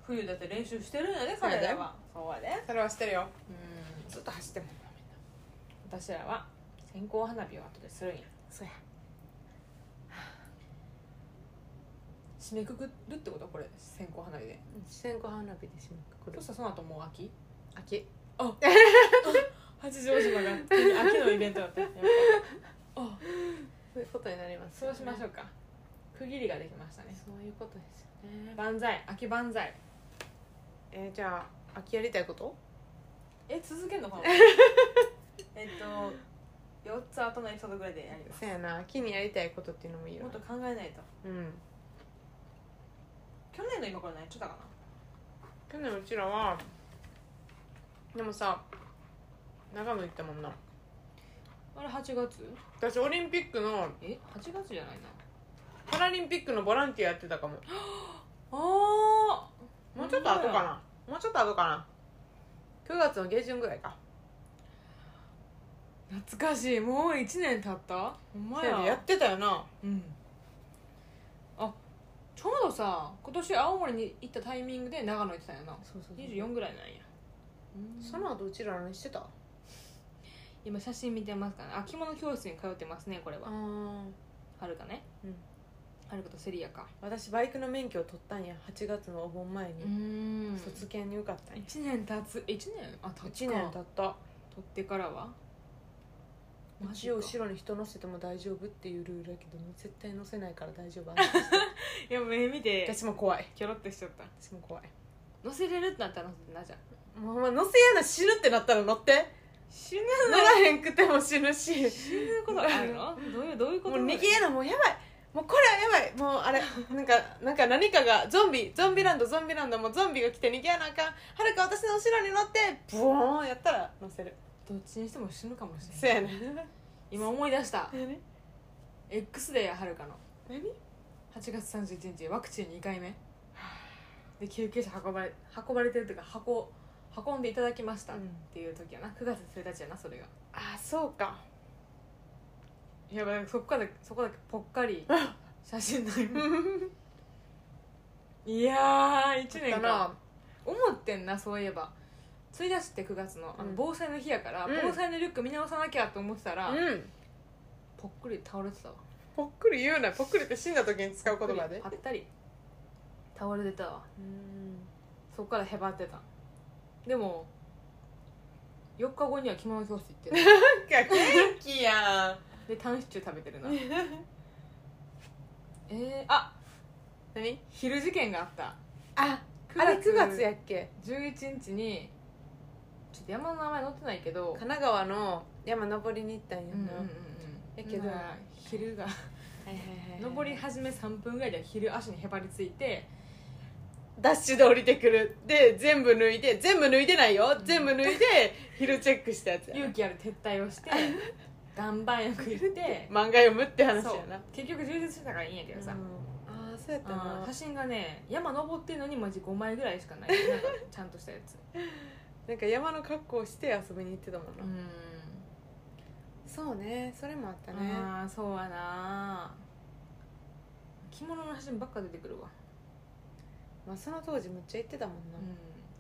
Speaker 2: 冬だって練習してるんやで彼らはそうやで
Speaker 1: それはしてるよ
Speaker 2: うん
Speaker 1: ずっと走ってもんなみんな
Speaker 2: 私らは線香花火を後でするんや
Speaker 1: そうや
Speaker 2: 締めくくるってことこれ線香花火で
Speaker 1: 線香花火でしまく
Speaker 2: そ
Speaker 1: る
Speaker 2: したらその後もう秋
Speaker 1: 秋
Speaker 2: 八丈島が秋のイベントだった やっぱあ
Speaker 1: そういうことになります
Speaker 2: そうしましょ
Speaker 1: う
Speaker 2: うか区切りができましたね
Speaker 1: そういうことですよね
Speaker 2: 万歳秋万歳
Speaker 1: えー、じゃあ秋やりたいこと
Speaker 2: え続けんの かなえっと4つ後のエピソードぐらいでやります
Speaker 1: そうやな秋にやりたいことっていうのもいいよ
Speaker 2: もっ
Speaker 1: な
Speaker 2: と考えないと
Speaker 1: うん
Speaker 2: 去年の今頃何やっちゃったか
Speaker 1: 去年うちらはでもさ長野行ったもんな
Speaker 2: なあれ8月
Speaker 1: 私オリンピックの
Speaker 2: え八8月じゃないな
Speaker 1: パラリンピックのボランティアやってたかも
Speaker 2: ああ
Speaker 1: もうちょっと後かなもうちょっと後かな9月の下旬ぐらいか
Speaker 2: 懐かしいもう1年経ったお
Speaker 1: そう
Speaker 2: 前
Speaker 1: やでやってたよな
Speaker 2: うんあちょうどさ今年青森に行ったタイミングで長野行ってたんやな
Speaker 1: そうそう
Speaker 2: 24ぐらいなんや
Speaker 1: その後うちら何してたあ
Speaker 2: 今写真見てますから、ね、あ着物教室に通ってますねこれは
Speaker 1: あ
Speaker 2: はるかね
Speaker 1: うん
Speaker 2: はるかとセリアか
Speaker 1: 私バイクの免許を取ったんや8月のお盆前
Speaker 2: う
Speaker 1: に、
Speaker 2: ん
Speaker 1: 卒検に受かったんや
Speaker 2: 1年経つ1年あ経つか
Speaker 1: 1年経った
Speaker 2: 取ってからはマ
Speaker 1: 一
Speaker 2: ジか
Speaker 1: 応後ろに人乗せても大丈夫っていうルールやけど絶対乗せないから大 丈夫安心して
Speaker 2: いや目見て
Speaker 1: 私も怖い
Speaker 2: キョロってしちゃった
Speaker 1: 私も怖い
Speaker 2: 乗せれるってなったら乗せてなじゃん
Speaker 1: もうほんま乗せやな死ぬってなったら乗って
Speaker 2: 死ぬ
Speaker 1: 乗らへんくても死ぬし
Speaker 2: 死ぬことあるの どういうどういうこ
Speaker 1: も
Speaker 2: と
Speaker 1: う逃げやなもうやばいもうこれはやばいもう あれなんかなんか何かがゾンビゾンビランドゾンビランドもうゾンビが来て逃げやなあかんはるか私の後ろに乗ってブオーンやったら乗せる
Speaker 2: どっちにしても死ぬかもし
Speaker 1: そ
Speaker 2: れ
Speaker 1: う
Speaker 2: ない
Speaker 1: やね
Speaker 2: 今思い出した
Speaker 1: 何
Speaker 2: X デーやはるかの
Speaker 1: 何
Speaker 2: 8月31日ワクチン2回目で救急車運ばれ運ばれてるというか運運んでいただきましたっ
Speaker 1: うん
Speaker 2: ていう時やな9月1日やなそれが
Speaker 1: あそうか
Speaker 2: やばいそこからそこだけぽっかり写真ないいやー1
Speaker 1: だ
Speaker 2: 年
Speaker 1: な
Speaker 2: か思ってんなそういえば1日って9月のあの
Speaker 1: うん
Speaker 2: 防災の日やから、
Speaker 1: うん
Speaker 2: 防災のリュック見直さなきゃと思ってたら、
Speaker 1: うん
Speaker 2: ぽっくり倒れてたわ
Speaker 1: ぽっくり言うなぽっくりって死んだ時に使う言葉で
Speaker 2: ぱったり倒れてたわ
Speaker 1: うん
Speaker 2: そっからへばってたでも4日後には着物教室行ってる
Speaker 1: なんか元気やん
Speaker 2: でタンシチュー食べてるなえー、あ
Speaker 1: 何
Speaker 2: 昼事件があった
Speaker 1: あ
Speaker 2: 9
Speaker 1: あれ9月やっけ
Speaker 2: 11日にちょっと山の名前載ってないけど
Speaker 1: 神奈川の山登りに行ったんや
Speaker 2: うんうん
Speaker 1: な、
Speaker 2: うんうん
Speaker 1: やけど
Speaker 2: まあ昼が
Speaker 1: はいはいはい
Speaker 2: 登り始め3分ぐらいで昼足にへばりついて
Speaker 1: ダッシュで降りてくるで全部脱いで全部脱いでないよ、
Speaker 2: ん
Speaker 1: 全部脱いでヒルチェックしたやつやな
Speaker 2: 勇気ある撤退 をして岩盤浴行って
Speaker 1: 漫画読むって話や
Speaker 2: そう
Speaker 1: な
Speaker 2: 結局充実してたからいいんやけどさ、
Speaker 1: うんああそうやった
Speaker 2: あー
Speaker 1: な
Speaker 2: 写真がね山登ってるのにマジ5枚ぐらいしかないなんかちゃんとしたやつ
Speaker 1: なんか山の格好をして遊びに行ってたもん
Speaker 2: う
Speaker 1: な、
Speaker 2: ーん
Speaker 1: そうねそれもあったね
Speaker 2: ああそうやな着物の写真ばっか出てくるわ、
Speaker 1: まあその当時むっちゃ行ってたもんな、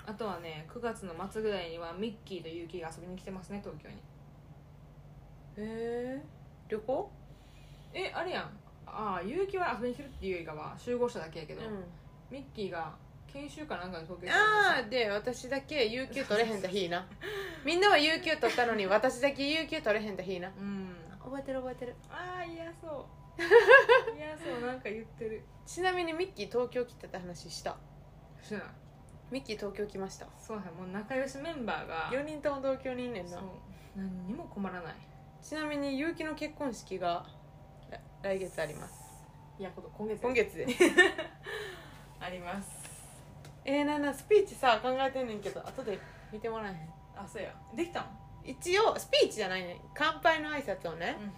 Speaker 2: うん、あとはね9月の末ぐらいにはミッキーとユーキーが遊びに来てますね東京に
Speaker 1: へえ旅行
Speaker 2: えあれやんああユーキーは遊びに来るっていうよりかは集合しただけやけ
Speaker 1: う
Speaker 2: ど、ミッキーが研修かなんかで東京に
Speaker 1: ああで私だけ有給取れへんた日 なみんなは有給取ったのに私だけ有給取れへんた日な
Speaker 2: うん
Speaker 1: 覚えてる覚えてる
Speaker 2: ああ嫌そう 嫌そうなんか言ってる
Speaker 1: ちなみにミッキー東京来てた話した
Speaker 2: してない
Speaker 1: ミッキー東京来ました
Speaker 2: そうやもう仲良しメンバーが
Speaker 1: 4人とも東京にいんねん
Speaker 2: そ
Speaker 1: な
Speaker 2: う何にも困らない
Speaker 1: ちなみに結城の結婚式がら来月あります
Speaker 2: いやこと今月
Speaker 1: 今月です
Speaker 2: あります
Speaker 1: えー、なあなあスピーチさ考えてんねんけど後で見てもらえへん
Speaker 2: あそうやできたの
Speaker 1: 一応スピーチじゃないね乾杯の挨拶をね
Speaker 2: うんうん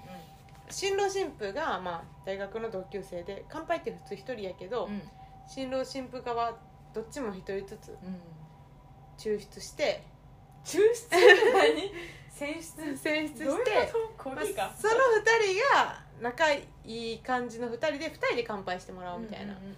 Speaker 1: 新郎新婦が、まあ、大学の同級生で乾杯って普通一人やけど、
Speaker 2: うん
Speaker 1: 新郎新婦側どっちも一人ずつ
Speaker 2: うん
Speaker 1: 抽出 して
Speaker 2: 抽出って 何選出
Speaker 1: 選出して
Speaker 2: どういうこと
Speaker 1: ま
Speaker 2: コ
Speaker 1: あ
Speaker 2: ピーか
Speaker 1: その二人が仲いい感じの二人で二人で乾杯してもらおうみたいな、
Speaker 2: うんうんうん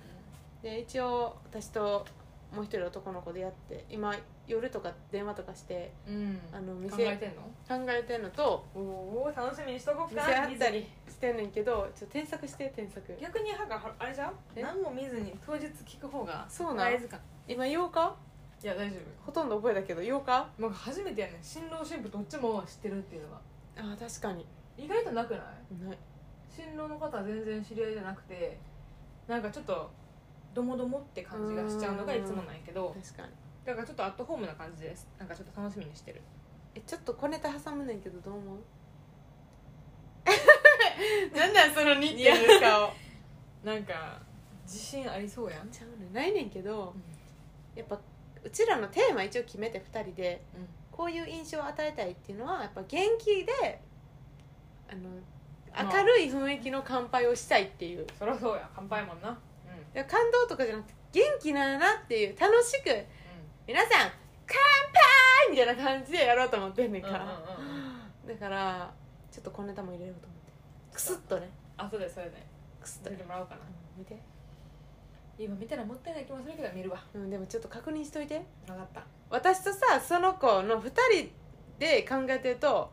Speaker 1: で一応私ともう一人男の子でやって今夜とか電話とかして
Speaker 2: うん
Speaker 1: あの
Speaker 2: 考
Speaker 1: 店
Speaker 2: えてんの
Speaker 1: 考えてんのと
Speaker 2: おお楽しみにしとこう
Speaker 1: 店
Speaker 2: か
Speaker 1: あったりしてんねんけどちょっと添削して添削
Speaker 2: 逆に歯があれじゃん
Speaker 1: え
Speaker 2: 何も見ずに当日聞く方が
Speaker 1: そうなん
Speaker 2: 大事か
Speaker 1: 今8日
Speaker 2: いや大丈
Speaker 1: ほとんど覚えたけど8日あ
Speaker 2: 夫もう初めてやねん新郎新婦どっちも知ってるっていうのが
Speaker 1: ー確かに
Speaker 2: 意外となくない
Speaker 1: ない
Speaker 2: 新郎の方は全然知り合いじゃなくてなんかちょっとどもどもって感じがしちゃうのがいつもなんやけど
Speaker 1: 確かに
Speaker 2: だからちょっとアットホームな感じですなんかちょっと楽しみにしてる
Speaker 1: えちょっと小ネタ挟むねんけどどう 思うなんなんその似てる顔
Speaker 2: なんか自信ありそうや ん
Speaker 1: ちゃうねんないねんけどやっぱうちらのテーマ一応決めて2人でこういう印象を与えたいっていうのはやっぱ元気であの
Speaker 2: まあ
Speaker 1: 明るい雰囲気の乾杯をしたいっていう
Speaker 2: そりゃそうや乾杯もんなうんうん
Speaker 1: で感動とかじゃなくて元気なんやなっていう楽しく皆さん乾杯みたいな感じでやろうと思ってんねんから、
Speaker 2: うんうんうん
Speaker 1: だからちょっと小ネタも入れようと思ってクスッとね
Speaker 2: あそうですそれね
Speaker 1: クスッと
Speaker 2: 見
Speaker 1: ね
Speaker 2: てもらおうかな
Speaker 1: うん見て、
Speaker 2: 今見たらもったいない気もするけど見るわ
Speaker 1: うん、でもちょっと確認しといて
Speaker 2: 分かった
Speaker 1: 私とさその子の2人で考えてると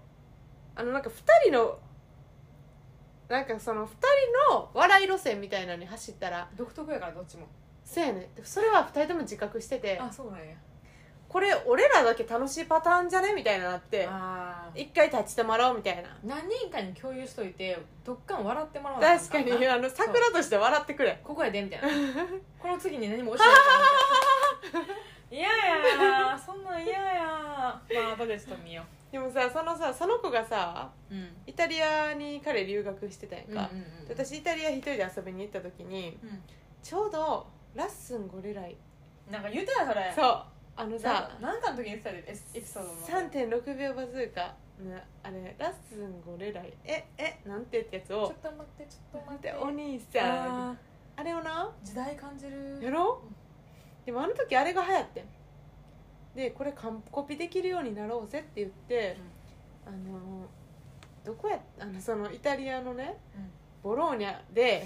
Speaker 1: あのなんか2人のなんかその2人の笑い路線みたいなのに走ったら
Speaker 2: 独特やからどっちも
Speaker 1: そうやねそれは2人とも自覚してて
Speaker 2: あそうなんや
Speaker 1: ここれ俺らだけ楽しいパターンじゃねみたいななって
Speaker 2: あー
Speaker 1: 一回立ちてもらおうみたいな
Speaker 2: 何人かに共有しといてどっかん笑ってもらわなあん
Speaker 1: 確かにあの桜として笑ってくれ
Speaker 2: ここやでみたいなこの次に何も教えてない 嫌ややそんなん嫌やまあ後でちょっと見よ
Speaker 1: でもさそのさその子がさ
Speaker 2: う、うん、
Speaker 1: イタリアに彼留学してたやん
Speaker 2: うんうん
Speaker 1: か、で私イタリア一人で遊びに行った時に
Speaker 2: うん、
Speaker 1: ちょうどラッスンゴレライ
Speaker 2: なんか言ってたそれ
Speaker 1: そうあの
Speaker 2: なん
Speaker 1: さ
Speaker 2: かなんかの時に言ってたでエピエピソードのち
Speaker 1: 3.6秒バズーカねあれラッスンゴレライええなんてってやつ
Speaker 2: ょっ
Speaker 1: を
Speaker 2: と待ってちょっと待って
Speaker 1: でお兄さんあ
Speaker 2: あ
Speaker 1: れをな
Speaker 2: ー時代感じる
Speaker 1: やろでもあの時あれが流行ってんでこれ完コピできるようになろうぜって言って、あのどこやあのそのイタリアのねボローニャで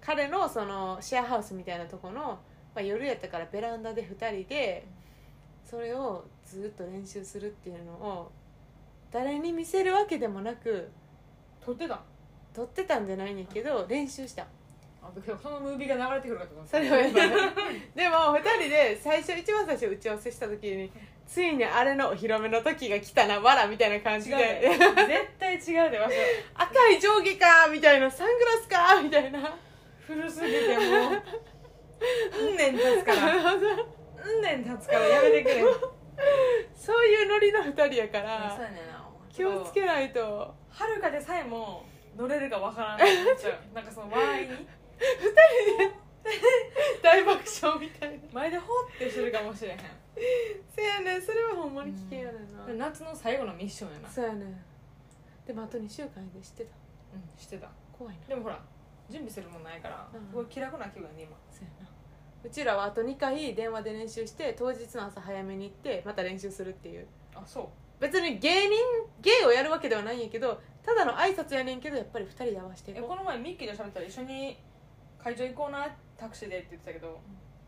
Speaker 1: 彼のそのシェアハウスみたいなとこの、まあ、夜やったからベランダで2人でそれをずっと練習するっていうのを誰に見せるわけでもなく
Speaker 2: 撮ってた
Speaker 1: 撮ってたんじゃないんやけど練習した
Speaker 2: あびっくりしたそのムービーが流れてくるかと思っ
Speaker 1: そ
Speaker 2: た
Speaker 1: れ はやばいでも2人で最初一番最初打ち合わせした時についにあれのお披露目の時が来たなわらみたいな感じ
Speaker 2: 違う
Speaker 1: で
Speaker 2: で絶対違うでわし
Speaker 1: 赤い上下かみたいなサングラスかみたいな
Speaker 2: 古すぎてもううん年経つからうん年経つからやめてくれ
Speaker 1: そういうノリの2人やか
Speaker 2: そう
Speaker 1: ら
Speaker 2: やねんな
Speaker 1: 気をつけないと
Speaker 2: はるかでさえも乗れるかわからないっちゃうなんかその笑いに
Speaker 1: 大爆笑みたいな
Speaker 2: 前でほってするかもしれへん
Speaker 1: せやねんそれはほんまに危険やねんな、
Speaker 2: 夏の最後のミッションやな、
Speaker 1: そうやねんでもあと2週間で知ってた
Speaker 2: うん、してた
Speaker 1: 怖いな
Speaker 2: でもほら準備するもんないから、
Speaker 1: うん
Speaker 2: すごい気楽な気分やね今
Speaker 1: そうやなうちらはあと2回電話で練習して当日の朝早めに行ってまた練習するっていう
Speaker 2: あそう
Speaker 1: 別に芸人芸をやるわけではないんやけどただの挨拶やねんけどやっぱり2人で合わせてい
Speaker 2: え
Speaker 1: こ
Speaker 2: この前ミッキーと喋ったら一緒に会場行こうなタクシーでって言ってたけど、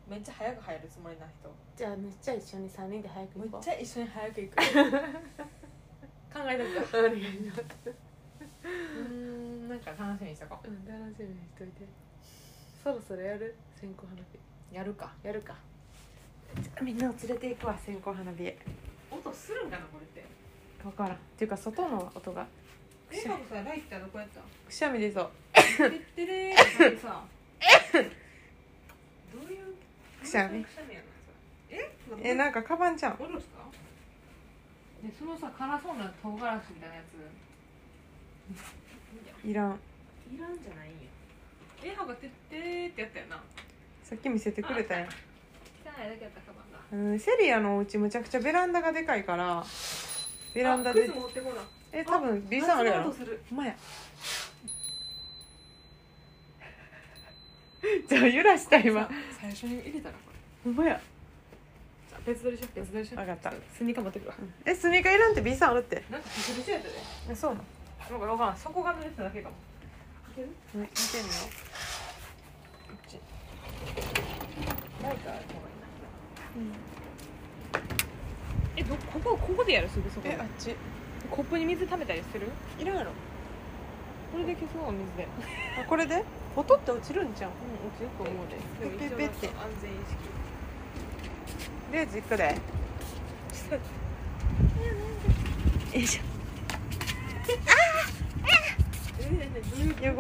Speaker 2: めっちゃ早く入るつもりな人
Speaker 1: うじゃあめっちゃ一緒に3人で早く
Speaker 2: め
Speaker 1: 行
Speaker 2: っ
Speaker 1: こ
Speaker 2: ちゃ一緒に早く 行く考えとくか
Speaker 1: うお願いします
Speaker 2: うんなんか楽しみにしとこ
Speaker 1: うん楽しみにしといてそろそろやる線香花火
Speaker 2: うやるか
Speaker 1: やるかみんなを連れていくわ線香花火へ
Speaker 2: 音するんかなこれって
Speaker 1: 分からんっていうか外の音が
Speaker 2: えかさライターどこやった
Speaker 1: くしゃみ出そう
Speaker 2: てってれーってさどういう
Speaker 1: くしゃみ
Speaker 2: どういうくしゃみやなそれえ
Speaker 1: えなんかカバンちゃん
Speaker 2: おろしたでそのさ辛そうな唐辛子みたいなや つ
Speaker 1: いらん
Speaker 2: いらんじゃないよえなんかてってれーってやったよな
Speaker 1: さっき見せてくれたやん
Speaker 2: 汚いだけやったかばんが
Speaker 1: うんセリアのお家むちゃくちゃベランダがでかいからベ
Speaker 2: ベ
Speaker 1: ランダで
Speaker 2: 靴持ってこな
Speaker 1: え多分 B さんあるやろ
Speaker 2: 夏の音する
Speaker 1: ほんまや じゃあ揺らした今
Speaker 2: さ最初に入れたらこ
Speaker 1: ほ
Speaker 2: れ
Speaker 1: んまや
Speaker 2: じゃあ別撮りしよう別撮りしよう
Speaker 1: わかった
Speaker 2: スニーカー持ってくるわ
Speaker 1: えスニーカーいらんって B さんあるって
Speaker 2: なんかびしょびしょやったで
Speaker 1: えそうなの
Speaker 2: なんかわからんそこが濡れてただけかもいける
Speaker 1: 見てみよ
Speaker 2: こっちライターある方がいいな
Speaker 1: う、
Speaker 2: えどここここでやるすぐそこ
Speaker 1: えあっち
Speaker 2: コップに水溜めたりする
Speaker 1: いらんやろ
Speaker 2: これで消そう水で
Speaker 1: あこれでポトって落ちるんじゃん
Speaker 2: うん落ちると思うで
Speaker 1: でも一応なんか
Speaker 2: 安全意識
Speaker 1: レーズいくでよいしょ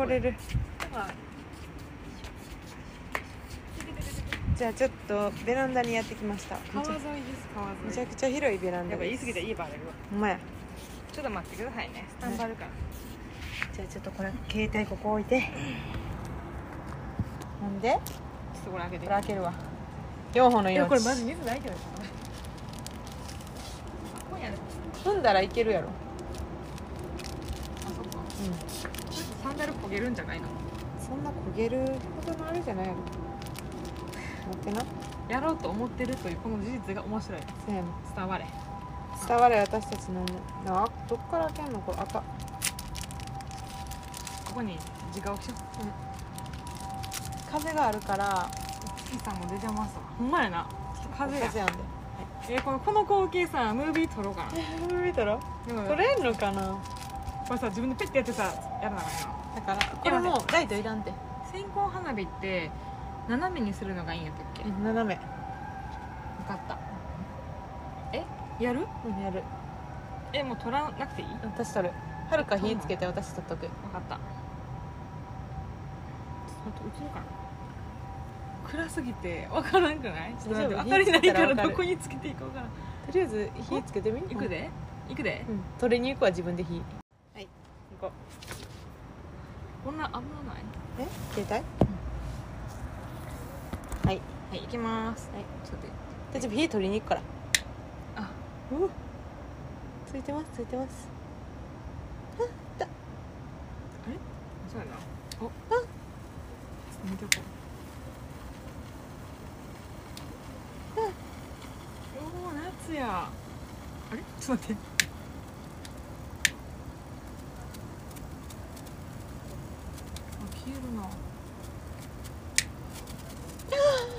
Speaker 1: 汚れるじゃあちょっとベランダにやってきましためちゃ
Speaker 2: いです川
Speaker 1: めちゃくちゃ広いベラン
Speaker 2: や
Speaker 1: ダ
Speaker 2: っぱ言
Speaker 1: で
Speaker 2: い
Speaker 1: す
Speaker 2: 過ぎていいバレるわ
Speaker 1: ほんまや
Speaker 2: ちょっと待ってくださいねスタンバルから
Speaker 1: じゃあちょっとこれ携帯ここ置いてほんでこ
Speaker 2: ちょっとこれ開けて
Speaker 1: れ開けるわ4本の
Speaker 2: え
Speaker 1: 4
Speaker 2: これまず水ないけどねあ今夜あ
Speaker 1: 踏んだらいけるやろ、
Speaker 2: そっか
Speaker 1: う
Speaker 2: サンダル焦げるんじゃないの
Speaker 1: ん、そんな焦げるほどのあれじゃないやろ待ってな
Speaker 2: やろうと思ってるというこの事実が面白い
Speaker 1: せやな
Speaker 2: 伝われ
Speaker 1: 伝われ私たちの思いなあどっから開けんのこれ赤
Speaker 2: ここに直置きしよ
Speaker 1: 風があるから
Speaker 2: う月さんも出てますわほんまやなちょっと風や
Speaker 1: やんで
Speaker 2: えこのこの光景さムービー撮ろうかな
Speaker 1: 見たら
Speaker 2: でも
Speaker 1: 取れんのかな
Speaker 2: これさ自分でペッてやってさやらなあかんよ
Speaker 1: だからこれもうライトいらんて
Speaker 2: な線香花火って斜めにするのがいいんやったっけ分
Speaker 1: 斜め
Speaker 2: かったやる
Speaker 1: うんやる
Speaker 2: えもう取らなくていい
Speaker 1: 私取るはるか火つけて私取っとく
Speaker 2: 分かったちょっと待って映るかな暗すぎて分からんくないちょっと待っ
Speaker 1: 大丈
Speaker 2: て
Speaker 1: 夫
Speaker 2: 明かりないから
Speaker 1: 火つけたら分かる
Speaker 2: どこにつけていいか分からん
Speaker 1: とりあえず火つけてみ
Speaker 2: 行くで行くで
Speaker 1: うん取りに行くは自分で火
Speaker 2: 行こうこんな危ない
Speaker 1: え携帯はい
Speaker 2: はい行きますはいちょっと
Speaker 1: 大丈夫火取りに行くから
Speaker 2: あ
Speaker 1: うっついてますついてます
Speaker 2: そうやなおあ見とこうおー夏やあれちょっと待ってあ消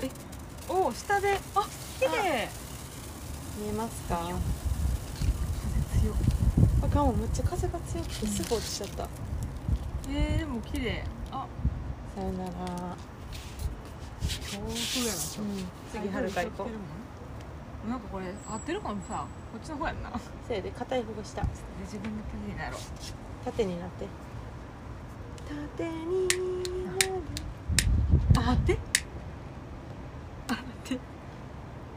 Speaker 2: えるなえおお下であ綺麗
Speaker 1: 見えますか
Speaker 2: 風強い
Speaker 1: あかんわめっちゃ風が強くてすぐ落ちちゃった、
Speaker 2: えー、でも綺麗あ
Speaker 1: さよなら、
Speaker 2: おおそうやな
Speaker 1: 次はるか行こう
Speaker 2: うなんかこれ合ってるかもさこっちの方やんな
Speaker 1: せやで硬い方が下
Speaker 2: 自分の手になろう
Speaker 1: 縦になって縦になる
Speaker 2: あ待ってあ待って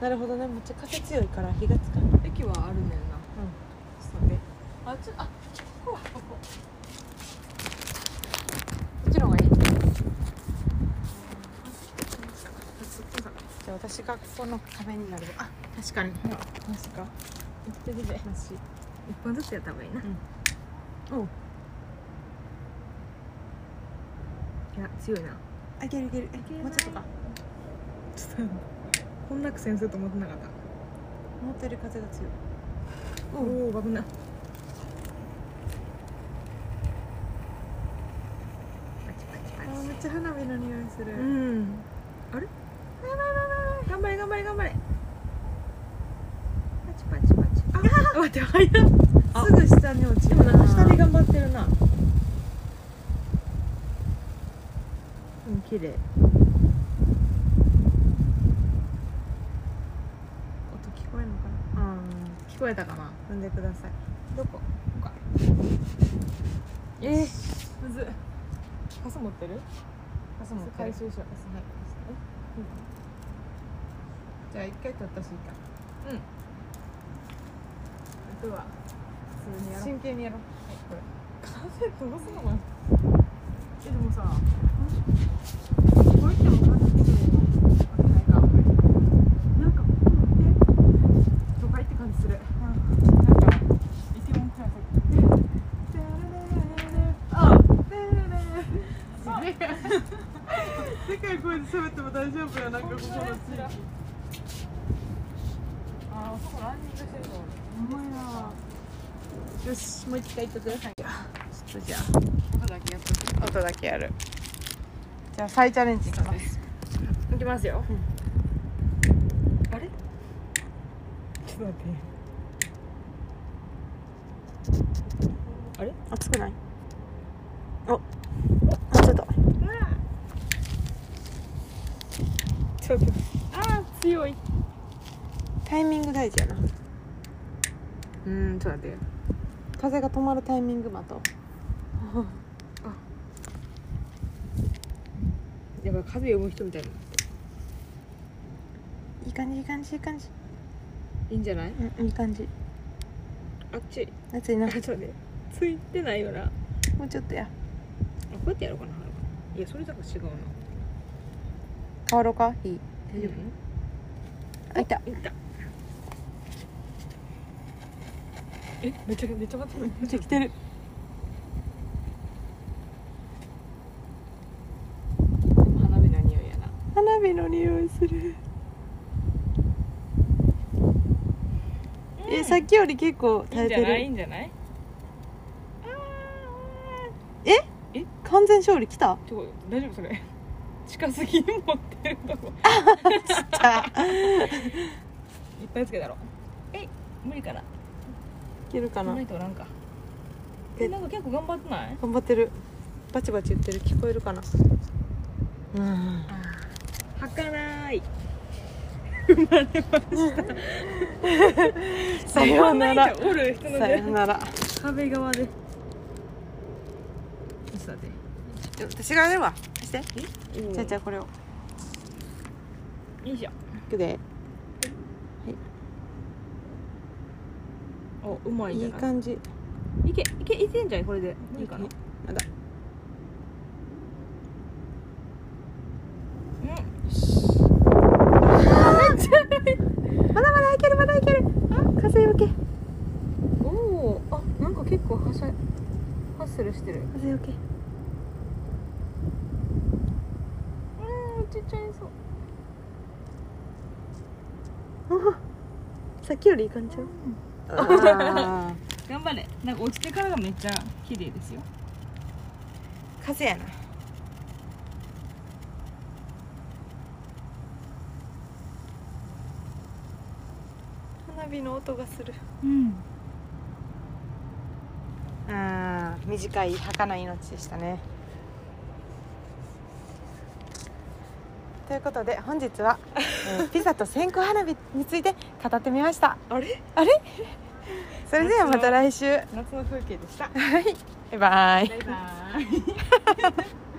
Speaker 1: なるほどねめっちゃ風強いから火がつかん
Speaker 2: 駅はあるねんなちょっと待ってあっちあここはここ
Speaker 1: こっちの方がいい
Speaker 2: あ
Speaker 1: じゃあ私がここの壁になるあ確かに
Speaker 2: マジか
Speaker 1: 行ってるでマジ
Speaker 2: 一本ずつやった方がいいな
Speaker 1: おう
Speaker 2: いや強いない
Speaker 1: けるいけるえ
Speaker 2: けない
Speaker 1: もうちょっとか
Speaker 2: ちょっとこんな苦戦すると思ってなかった
Speaker 1: 思ってる風が強い
Speaker 2: おお危ない
Speaker 1: あーめっちゃ花火の匂いする、
Speaker 2: うんあれ頑張れ頑張れ頑張れパチパチパチ あ待って早っあ
Speaker 1: すぐ下に落ち
Speaker 2: で
Speaker 1: る
Speaker 2: もなんか下で頑張ってるなうん綺麗音聞こえるの
Speaker 1: あ
Speaker 2: かな聞こえたかな
Speaker 1: ー踏んでください
Speaker 2: どここかえー、むずっ傘持ってる傘持って
Speaker 1: 回
Speaker 2: る
Speaker 1: 収
Speaker 2: しよう傘ないじゃあ一回取ったしいいかうんあとは普通にやろう真剣にやろうはいこれ風どうすんのえでもさこういっても風強いなないかなんかここ見て都会って感じするなんかイテウォンクラ
Speaker 1: 世界声で喋っても大丈夫やなんかここの地
Speaker 2: ああそこランニングしてるぞ
Speaker 1: 域重いなよしもう一回行っとくじゃあちょっとじゃ
Speaker 2: 音だけやっとく
Speaker 1: あ音だけやるじゃあ再チャレンジします
Speaker 2: いきますよ、あれちょっと待って
Speaker 1: あれ熱くないおあちょっと
Speaker 2: ちょっとああ強い
Speaker 1: タイミング大事やな
Speaker 2: うんちょっと待って
Speaker 1: 風が止まるタイミングまと
Speaker 2: やっぱ風読む人みたいない
Speaker 1: い感じいい感じいい感じ
Speaker 2: いいんじゃない
Speaker 1: うんいい感じ
Speaker 2: あっち
Speaker 1: 熱いな
Speaker 2: あちょっと待ってついてないよなあ
Speaker 1: もうちょっとや
Speaker 2: こうやってやろうかないやそれだから違うな
Speaker 1: 変わろうかいい
Speaker 2: 大丈夫、
Speaker 1: あいた
Speaker 2: いったえめっちゃめっちゃ待って
Speaker 1: めっちゃ来てる
Speaker 2: 花火の匂いやな
Speaker 1: 花火の匂いする、えさっきより結構
Speaker 2: いい
Speaker 1: 耐
Speaker 2: ん
Speaker 1: え
Speaker 2: じ
Speaker 1: て
Speaker 2: ゃ
Speaker 1: る
Speaker 2: ないいいんじゃない
Speaker 1: 完全勝利来た
Speaker 2: ちょ大丈夫それ近すぎ持ってるとこいっぱいつけたろえい無理かない
Speaker 1: けるか
Speaker 2: そん
Speaker 1: な
Speaker 2: な人おらんか
Speaker 1: え
Speaker 2: えなんか結構頑張ってない
Speaker 1: 頑張ってるバチバチ言ってる聞こえるかなうん
Speaker 2: はかない
Speaker 1: さようなら
Speaker 2: おる人
Speaker 1: さようなら
Speaker 2: 壁側でちょっと待って
Speaker 1: 私がやるわ貸してじゃあじゃあこれを
Speaker 2: よいし
Speaker 1: い
Speaker 2: ょ
Speaker 1: くで
Speaker 2: おうまいんじ
Speaker 1: い
Speaker 2: ゃ
Speaker 1: い
Speaker 2: ない
Speaker 1: 感じ
Speaker 2: いけいけいけんじゃないこれでいいかな
Speaker 1: まだ
Speaker 2: うん
Speaker 1: まだまだいけるまだいける風よけ
Speaker 2: おおあなんか結構はしゃハッスルしてる
Speaker 1: 風よけ
Speaker 2: うんちっちゃいそう
Speaker 1: さっきよりいい感じよあ
Speaker 2: 頑張れなんか落ちてからがめっちゃ綺麗ですよ
Speaker 1: ー風やな花火の音がする
Speaker 2: うん
Speaker 1: うん短い儚い命でしたねということで本日は、 えーピザと線香花火について語ってみました
Speaker 2: あれ
Speaker 1: あれそれではまた来週
Speaker 2: 夏の風景でした
Speaker 1: バイバイ
Speaker 2: バイバイ